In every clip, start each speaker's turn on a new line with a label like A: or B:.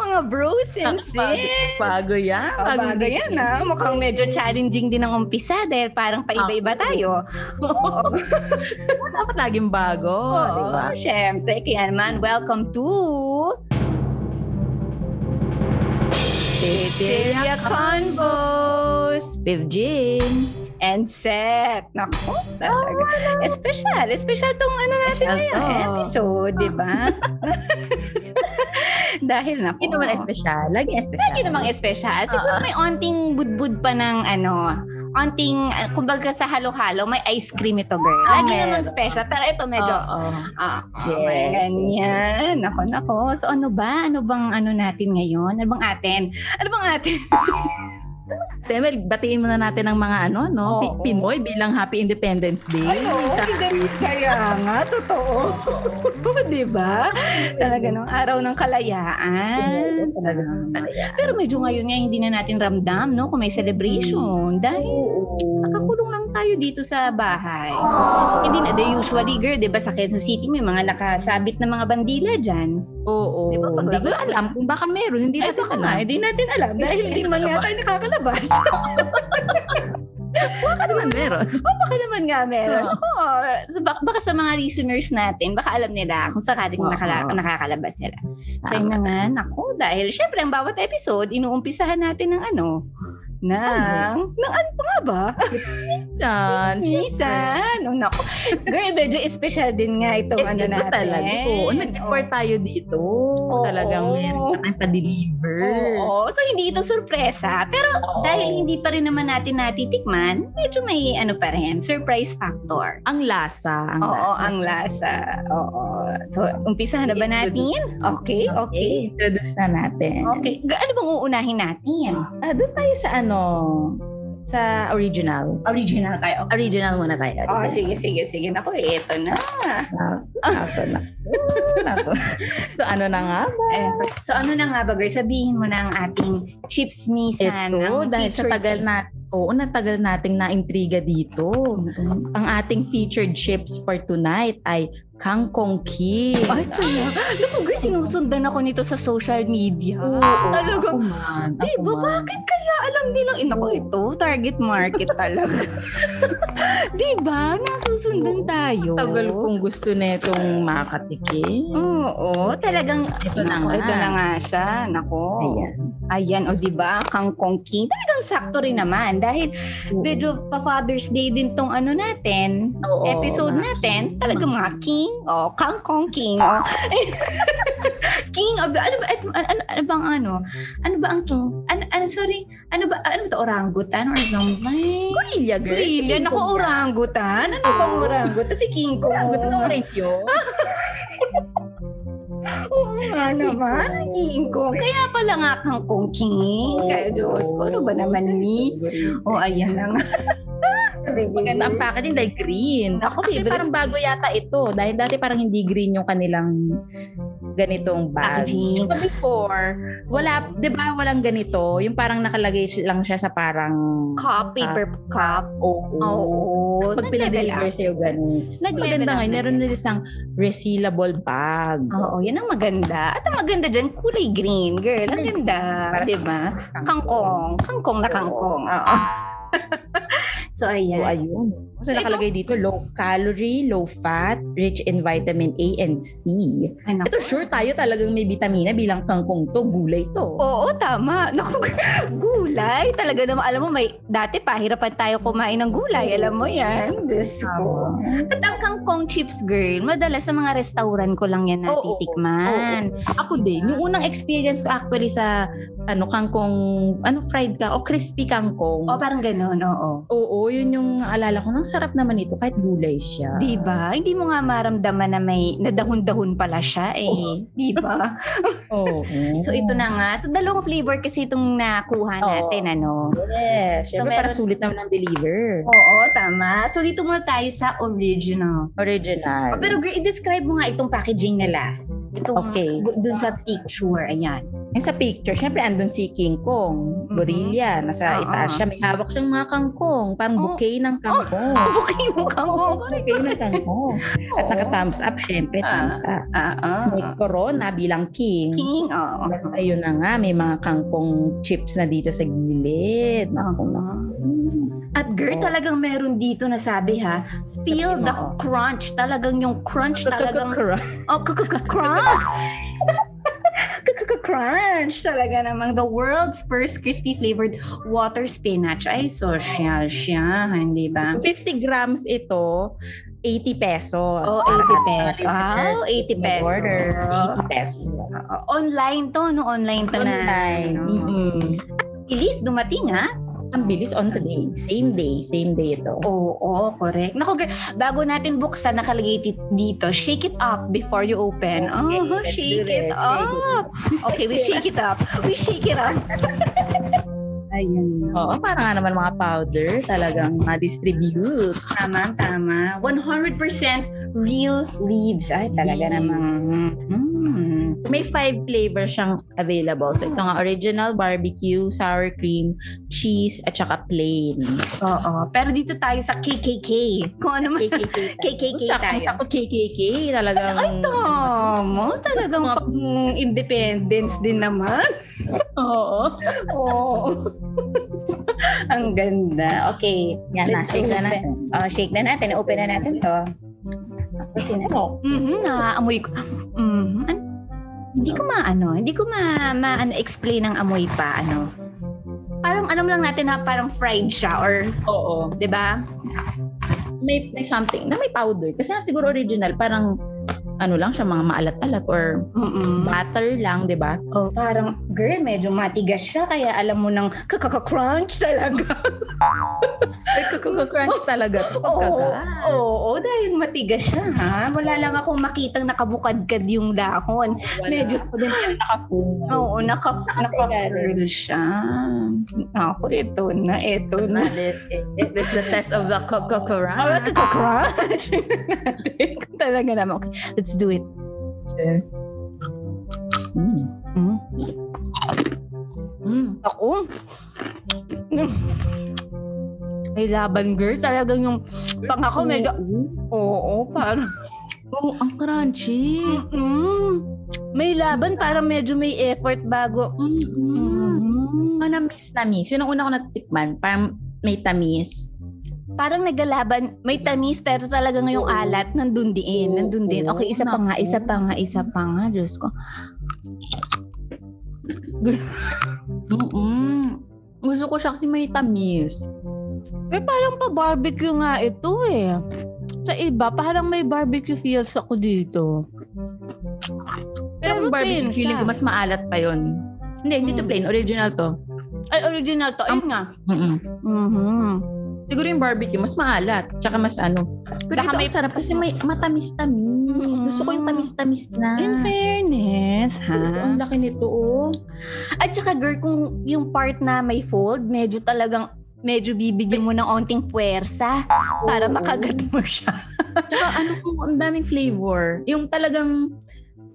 A: mga bros and sis.
B: Bago yan.
A: Oh, bago
B: din.
A: yan ah. Mukhang medyo challenging din ang umpisa dahil parang paiba-iba tayo. Oo,
B: Dapat laging bago. di ba?
A: oh, syempre. Kaya naman, welcome to... Cecilia Convos
B: With Jin.
A: and Seth. Naku, talaga. Espesyal. Espesyal tong ano natin
B: Special
A: ngayon.
B: Ah, to.
A: Episode, di ba? Dahil naku.
B: Hindi naman espesyal. Lagi espesyal.
A: Lagi namang espesyal. Siguro may onting budbud pa ng ano, onting, ah, kumbaga sa halo-halo, may ice cream ito, girl.
B: Ah,
A: Lagi namang
B: meron.
A: special. Pero ito medyo,
B: Oo.
A: ah, ah,
B: Yes.
A: may ganyan. Nako, nako. So ano ba? Ano bang ano natin ngayon? Ano bang atin? Ano bang atin?
B: Temel, batiin muna natin ang mga ano, no?
A: Oo.
B: Pi- Pinoy bilang Happy Independence Day. Sa-
A: kaya nga, totoo. di ba? Talaga nung araw ng kalayaan.
B: Talaga.
A: Pero medyo ngayon nga hindi na natin ramdam, no? Kung may celebration. Dahil nakakulong lang tayo dito sa bahay. Hindi na, the usually girl, di ba sa Quezon City may mga nakasabit na mga bandila dyan.
B: Oo.
A: Di ba,
B: Hindi ko
A: paglabas na-
B: alam kung baka meron. Hindi
A: Ay,
B: natin
A: baka nga,
B: alam.
A: hindi natin alam dahil hindi man nga tayo nakakalabas.
B: Baka naman meron.
A: baka naman nga meron. Oo. So, bak- baka sa mga listeners natin, baka alam nila kung sakaling
B: Oo.
A: nakala- nakakalabas nila. So, yun
B: Tama.
A: naman, ako, dahil syempre ang bawat episode, inuumpisahan natin ng ano, ng, ng ano pa nga ba?
B: Yan.
A: Misan! Oh, nako. Girl, medyo special din nga itong ano
B: Ano
A: natin.
B: talaga? Oo. Nag-report tayo dito. Talagang meron tayong pa-deliver.
A: Oo. So, hindi ito sorpresa. Pero
B: Oo.
A: dahil hindi pa rin naman natin natitikman, medyo may ano pa rin, surprise factor.
B: ang lasa. Ang
A: Oo,
B: lasa.
A: ang lasa. Oo. So, umpisahan na ba natin? Okay, okay.
B: Introduce na natin.
A: Okay. G- Ano bang uunahin natin?
B: Ah, doon tayo sa ano, sa original.
A: Original tayo.
B: Original muna tayo.
A: Oh, sige, sige, sige. Naku, eto na.
B: Ah, Ako na. Ako. so ano na nga?
A: Eh, so ano na nga ba, girl? Sabihin mo na ang ating chips misan. ang
B: Ito, dahil sa
A: featured
B: tagal na, oo, natagal nating naintriga dito. Ang ating featured chips for tonight ay Kangkong King.
A: Ay, talaga. Naku, girl, sinusundan ako nito sa social media. Talaga.
B: Ako man,
A: Di
B: ako
A: ba,
B: man.
A: bakit kaya alam nilang, eh, naku, ito, target market talaga. di ba? Nasusundan
B: Oo.
A: tayo.
B: Tagal kong gusto na itong makatikim.
A: Oo, talagang
B: Ito Mm, na
A: Naku,
B: nga.
A: Ito na nga siya. Nako.
B: Ayan.
A: Ayan, o di ba? Kangkong King. Talagang sakto rin naman dahil medyo pa Father's Day din tong ano natin.
B: Oo,
A: episode
B: mga
A: natin,
B: king.
A: talaga mga king, o kangkong king, o king of the, ano ba, ano, ano, ano bang ano, ano ba ang king, ano, ano, sorry, ano ba, ano ba to, orangutan or something?
B: Gorilla, girl.
A: Gorilla,
B: Skin
A: naku,
B: kong yan.
A: orangutan, ano bang orangutan, si king kong.
B: Orangutan, orange yun.
A: Oo nga naman, si king kong, kaya pala nga kangkong king, eh. kaya Diyos ko, ano ba naman ni? O, ayan na nga.
B: Maganda ang packaging dahil green.
A: Ako,
B: Actually,
A: favorite.
B: parang bago yata ito. Dahil dati parang hindi green yung kanilang ganitong bag.
A: Packaging.
B: So before, wala, di ba walang ganito? Yung parang nakalagay si- lang siya sa parang...
A: Cup, paper cup.
B: Oo.
A: Oo.
B: Pag
A: nag-level
B: pinadeliver
A: up.
B: sa'yo, ganun.
A: Nag-level
B: Maganda
A: up
B: ngayon,
A: na
B: meron
A: sila.
B: nila isang resealable bag.
A: Oo, yan ang maganda. At ang maganda dyan, kulay green, girl. Ang ganda,
B: Parang-
A: di ba? Kangkong. Kangkong na kangkong. Oo. so,
B: So,
A: ayan.
B: ayun. So,
A: So, ito-
B: nakalagay dito, low calorie, low fat, rich in vitamin A and C.
A: Ay, naku.
B: Ito sure tayo talagang may vitamina bilang kangkong to, gulay to.
A: Oo, tama. Naku, gulay. Talaga naman, alam mo, may, dati pahirapan tayo kumain ng gulay. Alam mo yan. Diyos ko. At ang kangkong chips, girl, madalas sa mga restaurant ko lang yan
B: Oo, oo.
A: natitikman.
B: Ako din, yung unang experience ko actually sa ano kangkong, ano fried ka o crispy kangkong.
A: O, parang ganun, oo.
B: Oo, yun yung alala ko. Nang sarap naman ito kahit gulay siya.
A: Di ba? Hindi mo nga maramdaman na may nadahon-dahon pala siya eh. Di ba?
B: Oo.
A: So ito na nga. So dalawang flavor kasi itong nakuha
B: Oo.
A: natin ano.
B: Yes.
A: So,
B: Syempre, para
A: meron-
B: sulit naman ang deliver.
A: Oo, tama. So dito muna tayo sa original. Ah,
B: Original.
A: Pero girl, i-describe mo nga itong packaging nila. Itong
B: Okay.
A: bu- dun sa picture. Ayan.
B: Yung sa picture, syempre andun si King Kong,
A: Mhm.
B: gorilla,
A: Oo.
B: nasa itaas siya, may hawak siyang mga kangkong, parang
A: Oo.
B: bouquet ng kangkong.
A: Bukay mo ka mo.
B: bouquet ng kangkong. At naka-thumbs up, syempre,
A: Oh. Ah.
B: thumbs up.
A: Ah, ah.
B: May corona bilang king.
A: King, oo.
B: Basta yun na nga, may mga kangkong chips na dito sa gilid.
A: Ah.
B: Naku, naku.
A: Oo. At girl,
B: Oo.
A: talagang meron dito na sabi ha, feel
B: Sabihin mo,
A: the
B: oo.
A: crunch. Talagang yung crunch talagang, oh, crunch. crunch talaga namang the world's first crispy flavored water spinach. Ay, social siya, hindi ba?
B: 50 grams ito, 80 pesos.
A: Oh,
B: Para
A: 80 pesos.
B: sa mga listeners,
A: Oh, 80
B: please mag-order.
A: pesos.
B: 80 pesos.
A: Oo, online to, no? Online to na.
B: Online.
A: ano.
B: Mm-mm.
A: Bilis, dumating ah. ha?
B: Ang bilis on the day. Same day. Same day ito.
A: Oo, correct. Naku, girl, bago natin buksan, nakalagay ti- dito, shake it up before you open.
B: Okay,
A: Oh,
B: let's
A: shake
B: do
A: it
B: this.
A: up. Okay, we shake it up. We shake it up. Ayun.
B: Oo, para nga naman mga powder talagang ma-distribute.
A: Tama, tama. 100% real leaves. Ay, talaga
B: Leaves.
A: namang. Mm.
B: May five flavors siyang available. So, ito nga, original barbecue, sour cream, cheese, at saka plain.
A: Oo. Pero dito tayo sa KKK. Kung ano man.
B: KKK.
A: KKK tayo.
B: Sakto-sakto KKK. Talagang...
A: Tomo, talagang pag independence din naman.
B: Oo.
A: Oo. Ang ganda. Okay.
B: Yan na,
A: Let's
B: shake na
A: open.
B: natin.
A: Oh, shake na natin. Open na natin to.
B: Ano?
A: Mhm, naaamoy ko. Mhm. An- Hindi ko maano, hindi ko ma, ma ano, explain ang amoy pa ano. Parang alam lang natin na parang fried siya or
B: Oo.
A: 'di ba?
B: May, may something na may powder. Kasi nga siguro original, parang ano lang siya, mga maalat-alat or
A: Mm.
B: butter lang, di ba?
A: Oh, parang girl medyo matigas siya kaya alam mo nang kakaka-crunch talaga.
B: Crunch talaga.
A: Oo, oo, oo, dahil matigas siya ha. Wala lang akong makitang nakabukadkad yung dahon. Medyo
B: Medyo ako din yung naka-full.
A: Oo, naka naka-curl siya. Ako, ito na, ito na.
B: This, this is the test of the Coco
A: Ah,
B: Crunch.
A: kakaka-crunch. Talaga naman. Okay, let's do it.
B: Mm.
A: Mm.
B: Mm.
A: Ako. May laban, girl. Talagang yung pang ako medyo... Oo, parang...
B: Oo, ang crunchy.
A: Mm-mm. May laban, parang medyo may effort bago.
B: Mm-mm.
A: Mm.
B: Ano na-miss na-miss? Yun ang una ko natitikman. Parang may tamis.
A: parang naglalaban, may tamis pero talaga ngayong
B: Oo.
A: alat nandun din,
B: Oo.
A: nandun din. Okay, isa pa nga,
B: Naku.
A: isa pa nga, isa pa nga, Diyos ko.
B: Mm-mm. Gusto ko siya kasi may tamis.
A: Parang pa barbecue nga ito eh. Sa iba, parang may barbecue feels ako dito.
B: Pero
A: Pero
B: yung barbecue
A: plain
B: feeling
A: siya.
B: ko, mas maalat pa yon. Hindi, hindi to
A: Mm.
B: plain. Original to.
A: Ay, original to. Ayun nga.
B: Mm-mm.
A: Mm-hmm.
B: Siguro yung barbecue, mas maalat. Tsaka mas ano. Pero
A: Baka
B: ito
A: may- Mm.
B: ang sarap kasi may matamis-tamis. Gusto ko yung tamis-tamis na.
A: In fairness,
B: Oo,
A: ha?
B: Ang laki nito, oh.
A: At saka, girl, kung yung part na may fold, medyo talagang medyo bibigyan mo ng onting puwersa para
B: Oo.
A: makagat mo siya.
B: Tsaka ano, oh, ang daming flavor. Yung talagang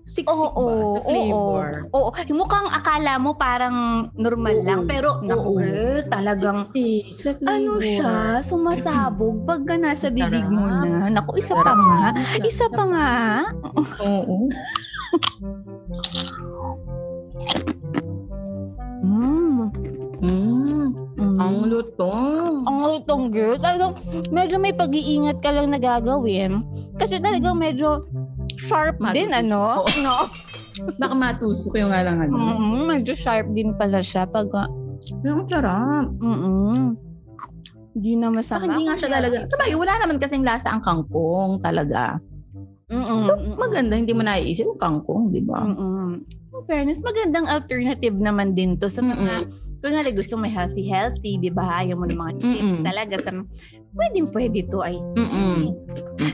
B: siksik
A: Oo,
B: ba?
A: oo,
B: na flavor.
A: Oo, yung mukhang akala mo parang normal
B: Oo.
A: lang, pero naku
B: Oo.
A: girl, talagang
B: Siksik sa flavor.
A: ano siya, sumasabog pagka nasa
B: Sarap.
A: bibig mo na. Naku, isa pa
B: Sarap
A: nga.
B: siya.
A: Isa pa nga.
B: Oo.
A: Mm.
B: Mm,
A: Mm.
B: ang lutong.
A: ang lutong girl, talagang medyo may pag-iingat ka lang na gagawin. Kasi talagang medyo sharp
B: Matutusok.
A: din, ano? No?
B: Baka matusok yung nga lang ano.
A: Mm-mm, medyo sharp din pala siya pagka,
B: Pero ang sarap.
A: mm Hindi na masama.
B: Saka hindi nga siya talaga. Sa bagay, wala naman kasing lasa ang kangkong talaga.
A: Mm-mm.
B: Maganda, hindi mo naiisip yung kangkong, di ba?
A: Mm-mm. In fairness, magandang alternative naman din to sa mga, kunwari gusto may healthy-healthy, di ba? Ayaw mo ng mga chips
B: Mm-mm.
A: talaga sa, pwedeng-pwede to, I
B: Mm-mm.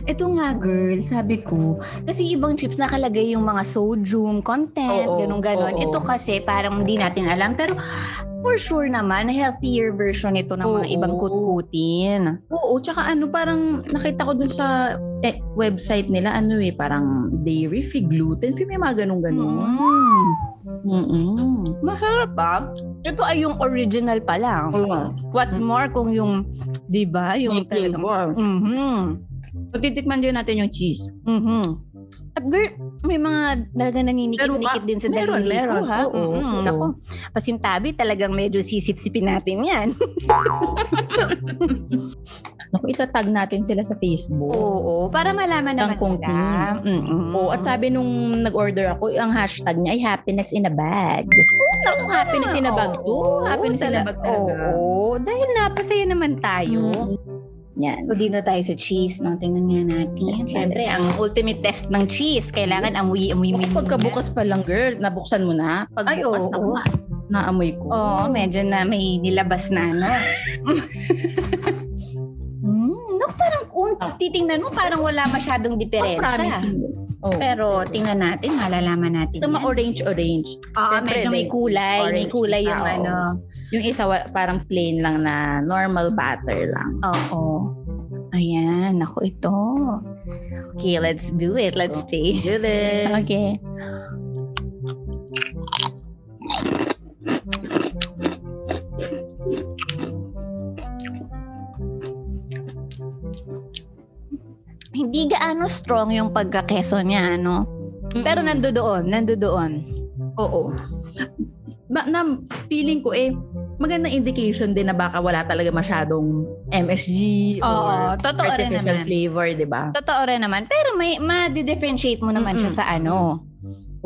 A: Ito Mm. nga girl, sabi ko, kasi ibang chips nakalagay yung mga sodium content,
B: Oo,
A: ganun ganon.
B: oo.
A: Ito kasi parang hindi natin alam pero for sure naman healthier version ito ng mga
B: Oo.
A: ibang kutkutin.
B: Oo, tsaka ano, parang nakita ko dun sa eh, website nila, ano eh, parang dairy-free, gluten-free, may mga ganun-ganun.
A: Mm.
B: Mm-mm.
A: Masarap ba? Ito ay yung original pa lang. What
B: Mm.
A: more kung yung, di ba, yung
B: Yung
A: talagang...
B: flavor.
A: Mhm.
B: Pagtitikman din natin yung cheese.
A: Mhm. At girl, may mga talaga naninikit-nikit
B: Meron,
A: din sa
B: meron,
A: daliri
B: meron.
A: ko, ha?
B: Oo,
A: Mhm.
B: oo.
A: Nako, pasintabi talagang medyo sisipsipin natin yan.
B: Naku, itatag natin sila sa Facebook.
A: Oo, para malaman naman
B: Kangkong
A: nila. Mm-hmm. Mm-mm.
B: Oo, at sabi nung nag-order ako, ang hashtag niya ay happiness in a bag.
A: Naku,
B: happiness in a bag to.
A: oo,
B: Happiness in a
A: tala-
B: bag talaga.
A: Oo, dahil napasaya naman tayo.
B: Mm. Yan.
A: So, dito tayo sa cheese, no? Tingnan nga natin. Siyempre, ang ultimate test ng cheese, kailangan amuyi-amuyi mo.
B: Pagkabukas pa lang, girl, nabuksan mo na.
A: Ay, oo.
B: Pagbukas na na, naamoy ko.
A: Oo, medyo na may nilabas na, ano. mm, naku, parang kung titingnan mo, parang wala masyadong diferensya.
B: Oh.
A: Pero tingnan natin, malalaman natin.
B: Ito
A: yan.
B: ma-orange-orange.
A: Oo,
B: Siyempre,
A: medyo may
B: may
A: kulay. May
B: orange.
A: kulay yung
B: Ah, oo.
A: ano.
B: Yung isa wa- parang plain lang na normal butter lang.
A: Oo. Ayan, ako ito. Okay, let's do it.
B: Oh.
A: Let's stay.
B: Do this.
A: Okay. Hindi gaano strong yung pagkakeso niya, ano? Pero
B: Pero nan
A: nando doon, nando doon.
B: oo. Ba, na feeling ko eh magandang indication din na baka wala talaga masyadong MSG
A: Oo,
B: or
A: totoo rin
B: artificial
A: naman.
B: flavor, 'di ba?
A: Totoo rin naman. Pero may ma-differentiate mo naman siya
B: Mm-mm.
A: sa ano.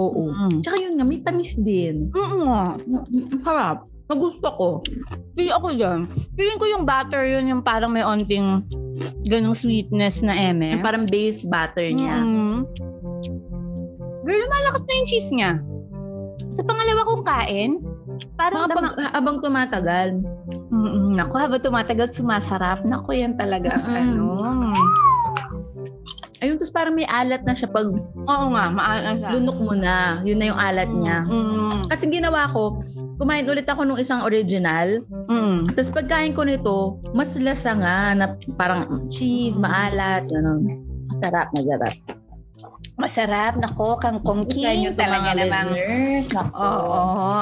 B: Oo.
A: Mm.
B: Tsaka yun nga, may tamis din.
A: Mm-mm.
B: Mm, Ang harap. Nagusto ko.
A: Pili ako dyan. Piling ko yung butter yun, yung parang may onting ganong sweetness na eme.
B: Yung parang base batter niya.
A: Mm. Girl, malakas na yung cheese niya. Sa pangalawa kong kain, parang
B: Mga
A: dama...
B: pag- habang tumatagal.
A: Mm-mm. Naku, habang tumatagal, sumasarap. Naku, yan talaga. ang
B: Mm-mm.
A: Ano.
B: Ayun, tapos parang may alat na siya pag
A: Oo nga, maalas siya.
B: lunok mo na. Yun na yung alat niya.
A: Mm-mm.
B: Kasi ginawa ko, kumain ulit ako nung isang original.
A: Mm-mm.
B: Tapos pagkain ko nito, mas lasa nga na parang mm, cheese, maalat, ganun. Masarap, masarap.
A: Masarap. Naku, kangkong king. Talaga namang... Oo.
B: Oo.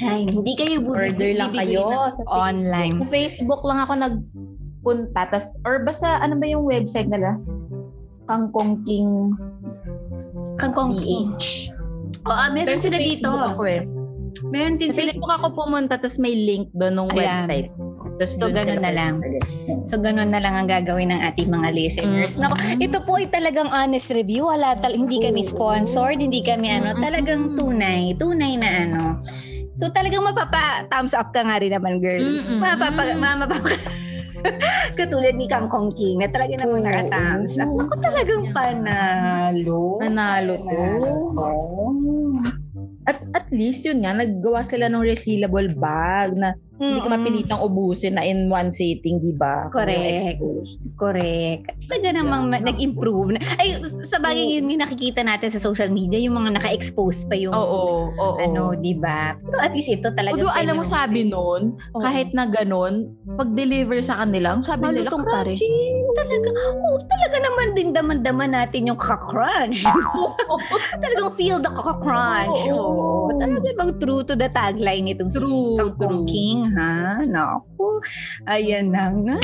A: Ay, hindi kayo bumibili.
B: Order lang kayo sa Facebook.
A: Online.
B: Sa Facebook lang ako nagpunta. Tas, or basta ano ba yung website nila? Kangkong King
A: Kangkong king.
B: PH.
A: Oo, meron
B: Pero sa
A: sila dito.
B: Facebook Ako eh.
A: Meron din
B: Sa
A: sila.
B: Facebook ako pumunta, tapos may link doon nung
A: Ayan.
B: website. Tapos
A: So,
B: dun
A: ganun
B: sila
A: na lang.
B: pwede.
A: So, ganun na lang ang gagawin ng ating mga listeners.
B: Mm.
A: Nako, ito po ay talagang honest review. Wala tal hindi kami sponsored, hindi kami ano,
B: Mm-mm.
A: talagang tunay, tunay na ano. So, talagang mapapa thumbs up ka nga rin naman, girl.
B: Mm-mm.
A: Mapapa, mapapa katulad ni Kang Kong King na talaga naman
B: Oo.
A: naka-thumbs up. Ako talagang panalo.
B: Panalo to. At, at least yun nga, naggawa sila ng resealable bag na hindi ka
A: Mm-mm.
B: mapilitang ubusin na in one sitting, di ba? Kung
A: Correct.
B: expose.
A: Correct. Talaga namang ma- nag-improve. na. Ay, sa bagay yun yung nakikita natin sa social media, yung mga naka-expose pa yung
B: Oo, oo, oo.
A: ano, di ba? Pero at least ito talaga.
B: Although
A: pwede
B: alam mo
A: naman.
B: sabi noon,
A: Oo.
B: kahit na ganun, pag-deliver sa kanila, ang sabi nila,
A: Malutong pa rin.
B: crunchy.
A: Talaga, oh, talaga naman din daman-daman natin yung kaka-crunch. Talagang feel the kaka-crunch.
B: Ah. Oo.
A: Oo. Talaga bang true to the tagline nitong si
B: True,
A: Kangkong
B: true.
A: King, ha? Naku. Ayan na nga.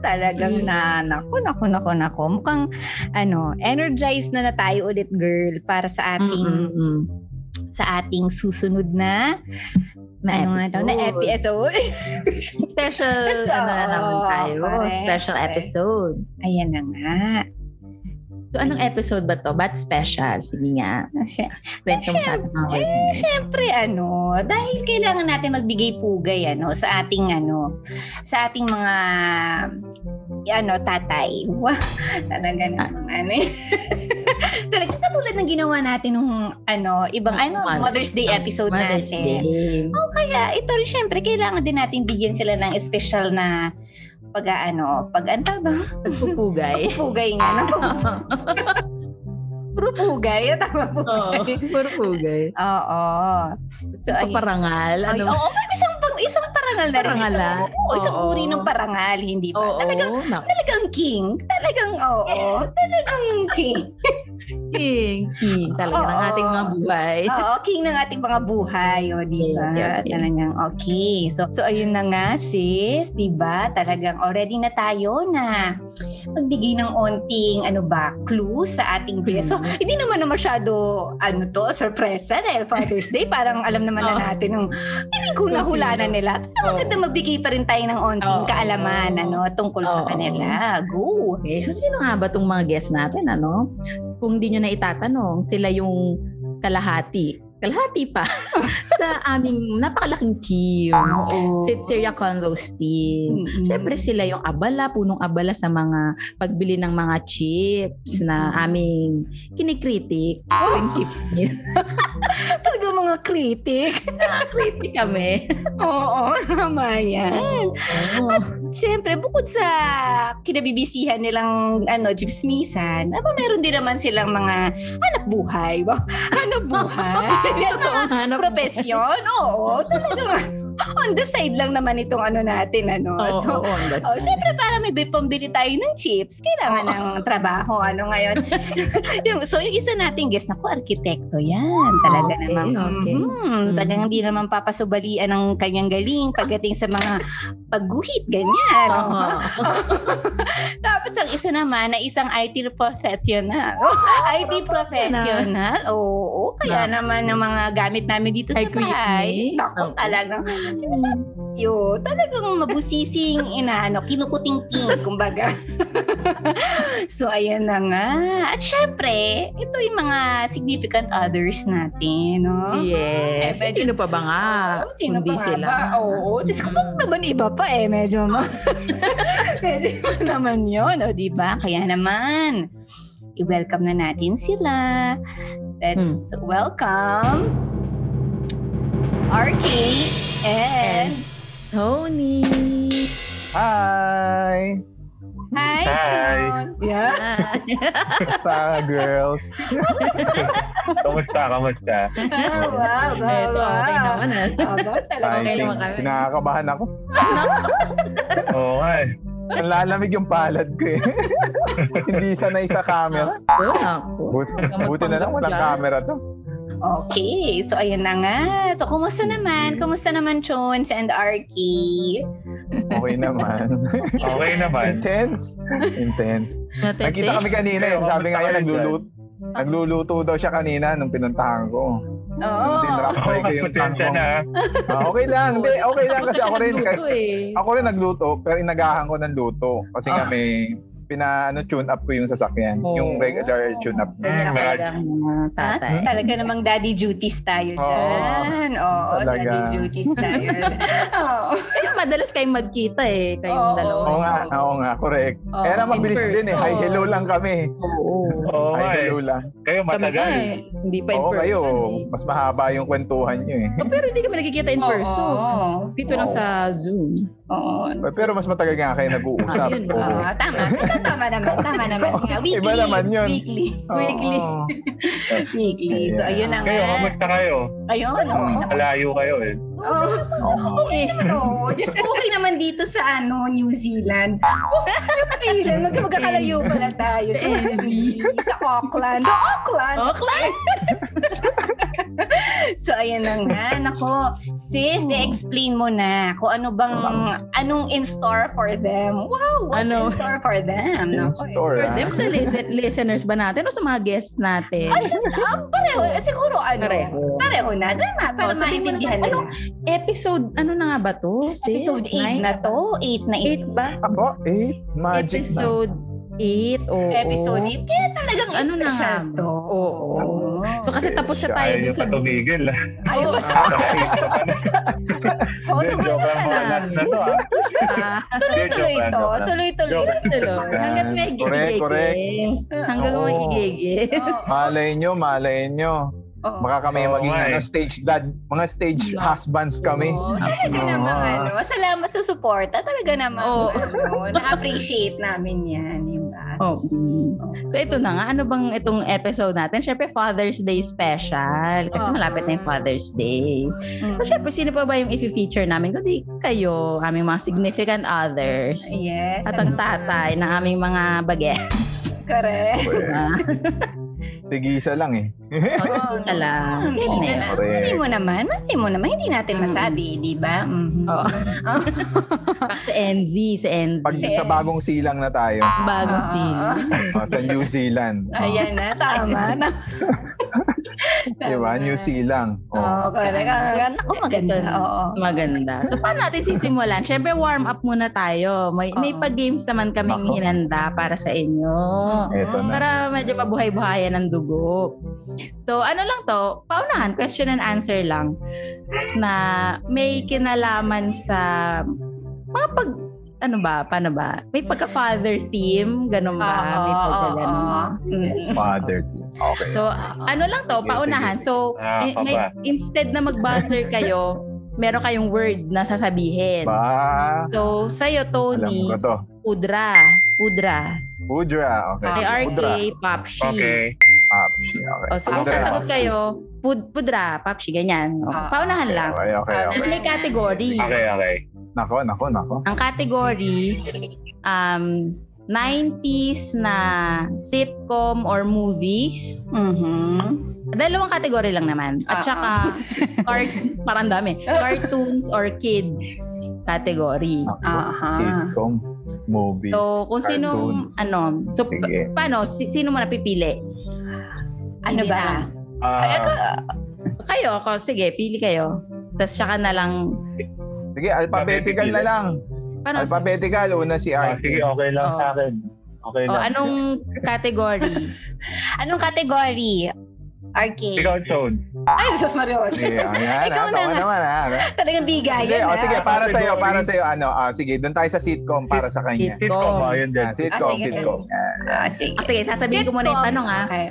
A: Talagang
B: Mm.
A: na, naku, naku, naku, naku. Mukhang, ano, energized na na tayo ulit, girl, para sa ating,
B: Mm-mm.
A: sa ating susunod na,
B: Na
A: ano nga daw, na
B: episode.
A: episode.
B: Special,
A: So,
B: ano na naman tayo.
A: correct,
B: Special
A: correct.
B: episode.
A: Ayan na nga.
B: So, anong episode ba to? Ba't special? Sige nga.
A: Kasi,
B: Kwento mo sa akin mga listeners.
A: Siyempre, ano, dahil kailangan natin magbigay pugay, ano, sa ating, ano, sa ating mga, ano, tatay. Wah, talaga naman, ano eh. Talaga, katulad ng ginawa natin nung, ano, ibang, ano, Mother's Day episode
B: Mother's
A: natin.
B: Day.
A: Kaya, ito rin, siyempre, kailangan din natin bigyan sila ng special na pag, ano, pag, ang tawag doon?
B: Pagpupugay.
A: pugay nga, no? Puro pugay, tama po.
B: Oo, puro pugay.
A: Oo. So,
B: So,
A: ayun.
B: parangal.
A: Ay,
B: Ano?
A: oo, may isang, pang, isang parangal na rin.
B: Parangalan.
A: ito. Oo, isang
B: Oo.
A: uri ng parangal, hindi ba?
B: Oo,
A: Talagang,
B: nako.
A: talagang king. Talagang, oo. talagang king.
B: King, king talaga ng
A: Oo.
B: ating mga buhay.
A: Oo, king ng ating mga buhay, o di ba?
B: Yes, yes, yes.
A: Talagang okay. So, so ayun na nga sis, di ba? Talagang already na tayo na magbigay ng onting ano ba, clues sa ating guest. So, hindi naman na masyado ano to, sorpresa dahil Father's Day, parang alam naman na
B: Oo.
A: natin nung feeling ko nahulanan nila. Pero maganda magbigay pa rin tayo ng onting
B: Oo.
A: kaalaman ano, tungkol sa
B: Oo.
A: kanila. Go!
B: Okay, so sino nga ba tong mga guests natin, ano? Kung di nyo na itatanong, sila yung kalahati. Kalahati pa sa aming napakalaking team.
A: Oo.
B: Sitseria Convos team.
A: Mm-mm.
B: Siyempre sila yung abala, punong abala sa mga pagbili ng mga chips na aming kinikritik. Yung chips nila.
A: talaga mga critic.
B: Nakakritik kami.
A: Oo, tama yan. Siyempre, bukod sa kinabibisihan nilang ano, gypsmisan, aba meron din naman silang mga hanap buhay. Ba? Hanap buhay. ano,
B: Ano,
A: profesyon. Oo, talaga. On the side lang naman itong ano natin. Ano.
B: Oo,
A: so,
B: oo, ang basta.
A: Oh, syempre para may bi- pambili tayo ng chips, kailangan ng trabaho. Ano ngayon? yung, so yung isa nating guest, naku, arkitekto yan. Talaga
B: Okay,
A: naman.
B: okay. Mm.
A: Mhm. Talagang hindi naman papasubalian ng kanyang galing pagdating sa mga pagguhit, ganyan.
B: Oo.
A: Tapos ang isa naman na isang IT professional. IT Oh, professional. Oo, oo. kaya naman ng mga gamit namin dito sa
B: Ay, create
A: bahay.
B: me.
A: Naku,
B: Okay.
A: talagang sinasabi yun. Talagang mabusising inaano, kinukuting-ting, kumbaga. so, ayan na nga. At syempre, ito yung mga significant others natin, no? Eh,
B: Yes.
A: medyo-
B: Sino pa ba nga?
A: Oo, sino
B: kundi
A: pa nga
B: sila. Mm.
A: ba? Oo. Tapos kapag naman iba pa eh, medyo
B: Ah.
A: ma... medyo iba naman yun, o di ba? Kaya naman, i-welcome na natin sila. Let's
B: Hmm.
A: welcome RK and
B: Tony.
C: Hi!
A: Hi,
D: Hi.
A: John. Yeah.
C: Para girls.
D: Kamusta? Kamusta?
A: Wow, wow, wow,
B: Eto, okay
A: wow.
B: naman. ah.
A: Aba, talagang
B: Ay,
C: Ay,
A: kailangan-
B: naman kami.
C: kinakabahan ako.
D: Oo nga eh.
C: Ang lalamig yung palad ko eh. Hindi sanay sa camera.
B: Ako, ako.
C: But- buti na lang walang camera to.
A: Okay, so ayun na nga. So, kumusta naman? Kumusta naman, Jones and RK?
C: Okay naman.
D: Okay naman.
C: Intense. Intense.
B: Nakita
C: Nakita kami kanina eh. Sabi nga yan,
D: Kamusta kayo
C: nagluluto. Nagluluto daw siya kanina nung pinuntahan ko.
A: Oo.
C: Tinrakay ko yung
D: Pasensya
C: kangkong.
D: na.
C: Ah, okay lang. Hindi, okay lang. Kasi ako rin, kahit-
B: eh.
C: ako rin nagluto, pero inagahan ko ng luto. Kasi nga may pina ano tune up ko yung sasakyan
B: Ah. Oh.
C: yung regular tune up
D: Mm,
B: Ganyan
D: marag-
B: talagang mga tatay.
A: Talaga namang daddy duties tayo
C: Oo.
A: dyan. Oo,
C: Talaga.
A: daddy duties tayo dyan. Oo.
B: Kaya madalas kayong magkita eh, kayong
A: Oo.
B: dalawa.
C: oo nga oo nga correct
A: Oo.
C: Kaya lang mabilis
B: Oh, in
C: din eh. Hi,
B: person.
C: hello lang kami.
B: Oo.
D: Oo
C: Hi,
D: nga eh.
C: hello lang.
D: Kayo
B: Kami nga
D: matagal.
B: eh. Hindi pa Oh, in
C: Oo,
B: person.
C: kayo.
B: eh.
C: Mas mahaba yung kwentuhan nyo eh.
B: Oh, pero hindi kami nagkikita in person.
A: Oo.
B: Dito lang
C: Oo.
B: sa Zoom.
A: Oo.
C: Pero mas matagal nga kayo nag-uusap.
B: Ayun,
C: Oo.
A: Oo, tama. Ito, tama naman. Tama naman. nga. Weekly.
C: Iba naman yun.
A: Weekly.
C: Oo.
A: Weekly. Weekly. So, ayun na
D: Kayo,
A: nga.
D: kamusta kayo?
A: Ayun, oo.
D: Malayo kayo eh.
A: Oh, okay naman, oh. Just okay naman dito sa ano, New Zealand. Oh, New Zealand. Mag magkakalayo pala tayo. sa Auckland. Sa Auckland!
B: Oh, Clark!
A: So, ayan na nga. Nako, sis, na-explain mo na kung ano bang, anong in store for them. Wow, what's
B: Ano?
A: in store for them?
C: In
A: Nako, eh.
C: store.
B: For
C: ah.
B: them, sa listen- listeners ba natin o sa mga guests natin?
A: Ah, sis, ah, pareho. eh, Siguro, ano?
B: Pareho.
A: Pareho na. Tama, para
B: Oh, sabihin mo
A: maintindihan
B: naman,
A: nila.
B: Episode, ano na nga ba to? Sis?
A: Episode 8 na to. 8 na 8.
B: 8 ba?
C: Ako, eh, magic na.
B: Episode 8, oo.
A: Episode 8. Kaya talagang
B: Ano na
A: special
B: nga?
A: to.
B: Oo. So kasi tapos na tayo
D: Ayaw
B: dun
D: niyo
B: sa
D: pa tumigil.
A: Ayun. Oh,
D: Hindi,
A: tuloy
D: joke lang.
A: na
D: Mga
A: lang.
D: last na to ah.
B: Ah,
A: Tuloy-tuloy
D: Joke lang,
A: to.
D: joke lang.
A: Tuloy-tuloy.
D: Joke lang.
B: tuloy. Hanggang may
C: Correct, correct.
B: gigigil. Hanggang may
C: Oo.
B: gigigil.
C: Malay nyo, malay nyo.
A: Oo.
C: Baka kami
D: Oo
C: maging
D: nga
C: ano,
D: eh.
C: stage dad, mga stage
B: Oo.
C: husbands kami.
A: Oo, talaga
C: Oo.
A: namang ano. Salamat sa suporta. Talaga namang
B: Oo.
A: ano, na-appreciate namin yan. Diba?
B: Oh. So ito na nga, ano bang itong episode natin? Siyempre Father's Day special kasi
A: Oo.
B: malapit na yung Father's Day.
A: Mm.
B: So siyempre sino pa ba yung i-feature namin kundi kayo, aming mga significant others.
A: Yes.
B: At
A: ano.
B: ang tatay ng aming mga bagets.
A: Correct.
B: Ah,
C: Tigisa lang eh.
A: Oo.
B: Ka lang.
A: Hindi
B: Ganyan.
A: na.
C: Correct.
A: Hindi mo naman. Hindi mo naman. Hindi natin
B: Mm.
A: masabi, di ba? Mhm.
B: Oo. Back sa NZ, sa NZ.
C: Pag
A: Kasi-
C: sa bagong silang na tayo.
B: Bagong
A: Oo.
B: scene.
C: Oh, sa New Zealand. Oh,
A: Ayan na, tama. na.
C: diba? New Zealand.
A: Oo,
C: Oh.
A: oh, correct. Ah, Naku, maganda.
B: Ito.
A: Oo.
B: Maganda. So, paano natin sisimulan? Siyempre, warm up muna tayo. May, may
A: Oo.
B: pag-games naman kaming
C: Nako.
B: hinanda para sa inyo.
C: Eto na.
B: Para medyo mabuhay-buhayan ng dugo. So, ano lang to? Paunahan, question and answer lang na may kinalaman sa mga pag ano ba, paano ba? May pagka-father theme, ganun ba?
A: Ah, Oo,
B: may Mm-hmm.
A: oo,
B: pagka-ganun.
A: oo. Ah, Mm.
C: Father. Okay.
B: So, ano lang to,
C: Sige,
B: paunahan. So,
D: Ah,
B: eh,
D: pa
B: may-
D: ba?
B: instead na mag-buzzer kayo, meron kayong word na sasabihin.
C: ba?
B: So, sa'yo,
C: Alam
B: Tony,
C: ko to.
B: pudra. Pudra.
C: Udra.
A: Ah.
C: Okay.
B: Kay
C: Ah, Udra.
B: RK, Papshi.
D: Okay.
C: Ah, okay.
B: O, so, kung
C: Udra.
B: sasagot kayo, pud, pudra, Papshi, ganyan. O,
A: Ah,
B: paunahan lang.
C: Okay, okay, okay.
B: Tapos may category.
D: Okay, okay.
C: Nako, nako, nako.
B: Ang category, um, 90s na sitcom or movies.
A: Mhm.
B: Dalawang kategory lang naman. At
A: Ah,
B: saka, car- parang dami. Cartoons or kids category.
C: Nako.
A: Aha.
C: Sitcom, movies.
B: So, kung sinong,
C: cartoons.
B: ano, so,
C: Sige.
B: pa- paano, si- sino mo napipili?
A: Ano
B: Hindi
A: ba?
B: na.
D: Ah,
B: Kayo, ako, sige, pili kayo. Tapos saka na lang,
C: Sige, alphabetical na lang.
A: Ano?
B: paano,
C: Alphabetical, una si
D: ah, sige,
C: RK.
D: okay lang
B: Oo.
D: sa akin. Okay
B: o,
D: lang.
B: anong category?
A: Anong category? RK.
D: Ikaw, Chon.
A: Ay, Jesus Marios.
C: Sige, ayan.
A: Ikaw
C: ah,
A: na
C: tama
A: nga.
C: naman, ah.
A: Talagang bigayan.
C: Sige, oh,
A: ah.
C: sige, para
D: Category.
C: sa'yo, para sa'yo, ano, ah, sige, doon tayo sa sitcom para sa kanya.
D: Sitcom, ah, yun din.
C: Ah, sitcom,
A: Ah, sige,
C: sitcom.
A: Ah, sige.
B: O, sige, sasabihin ko muna yung
A: Sitcom.
B: tanong, ah.
A: Okay.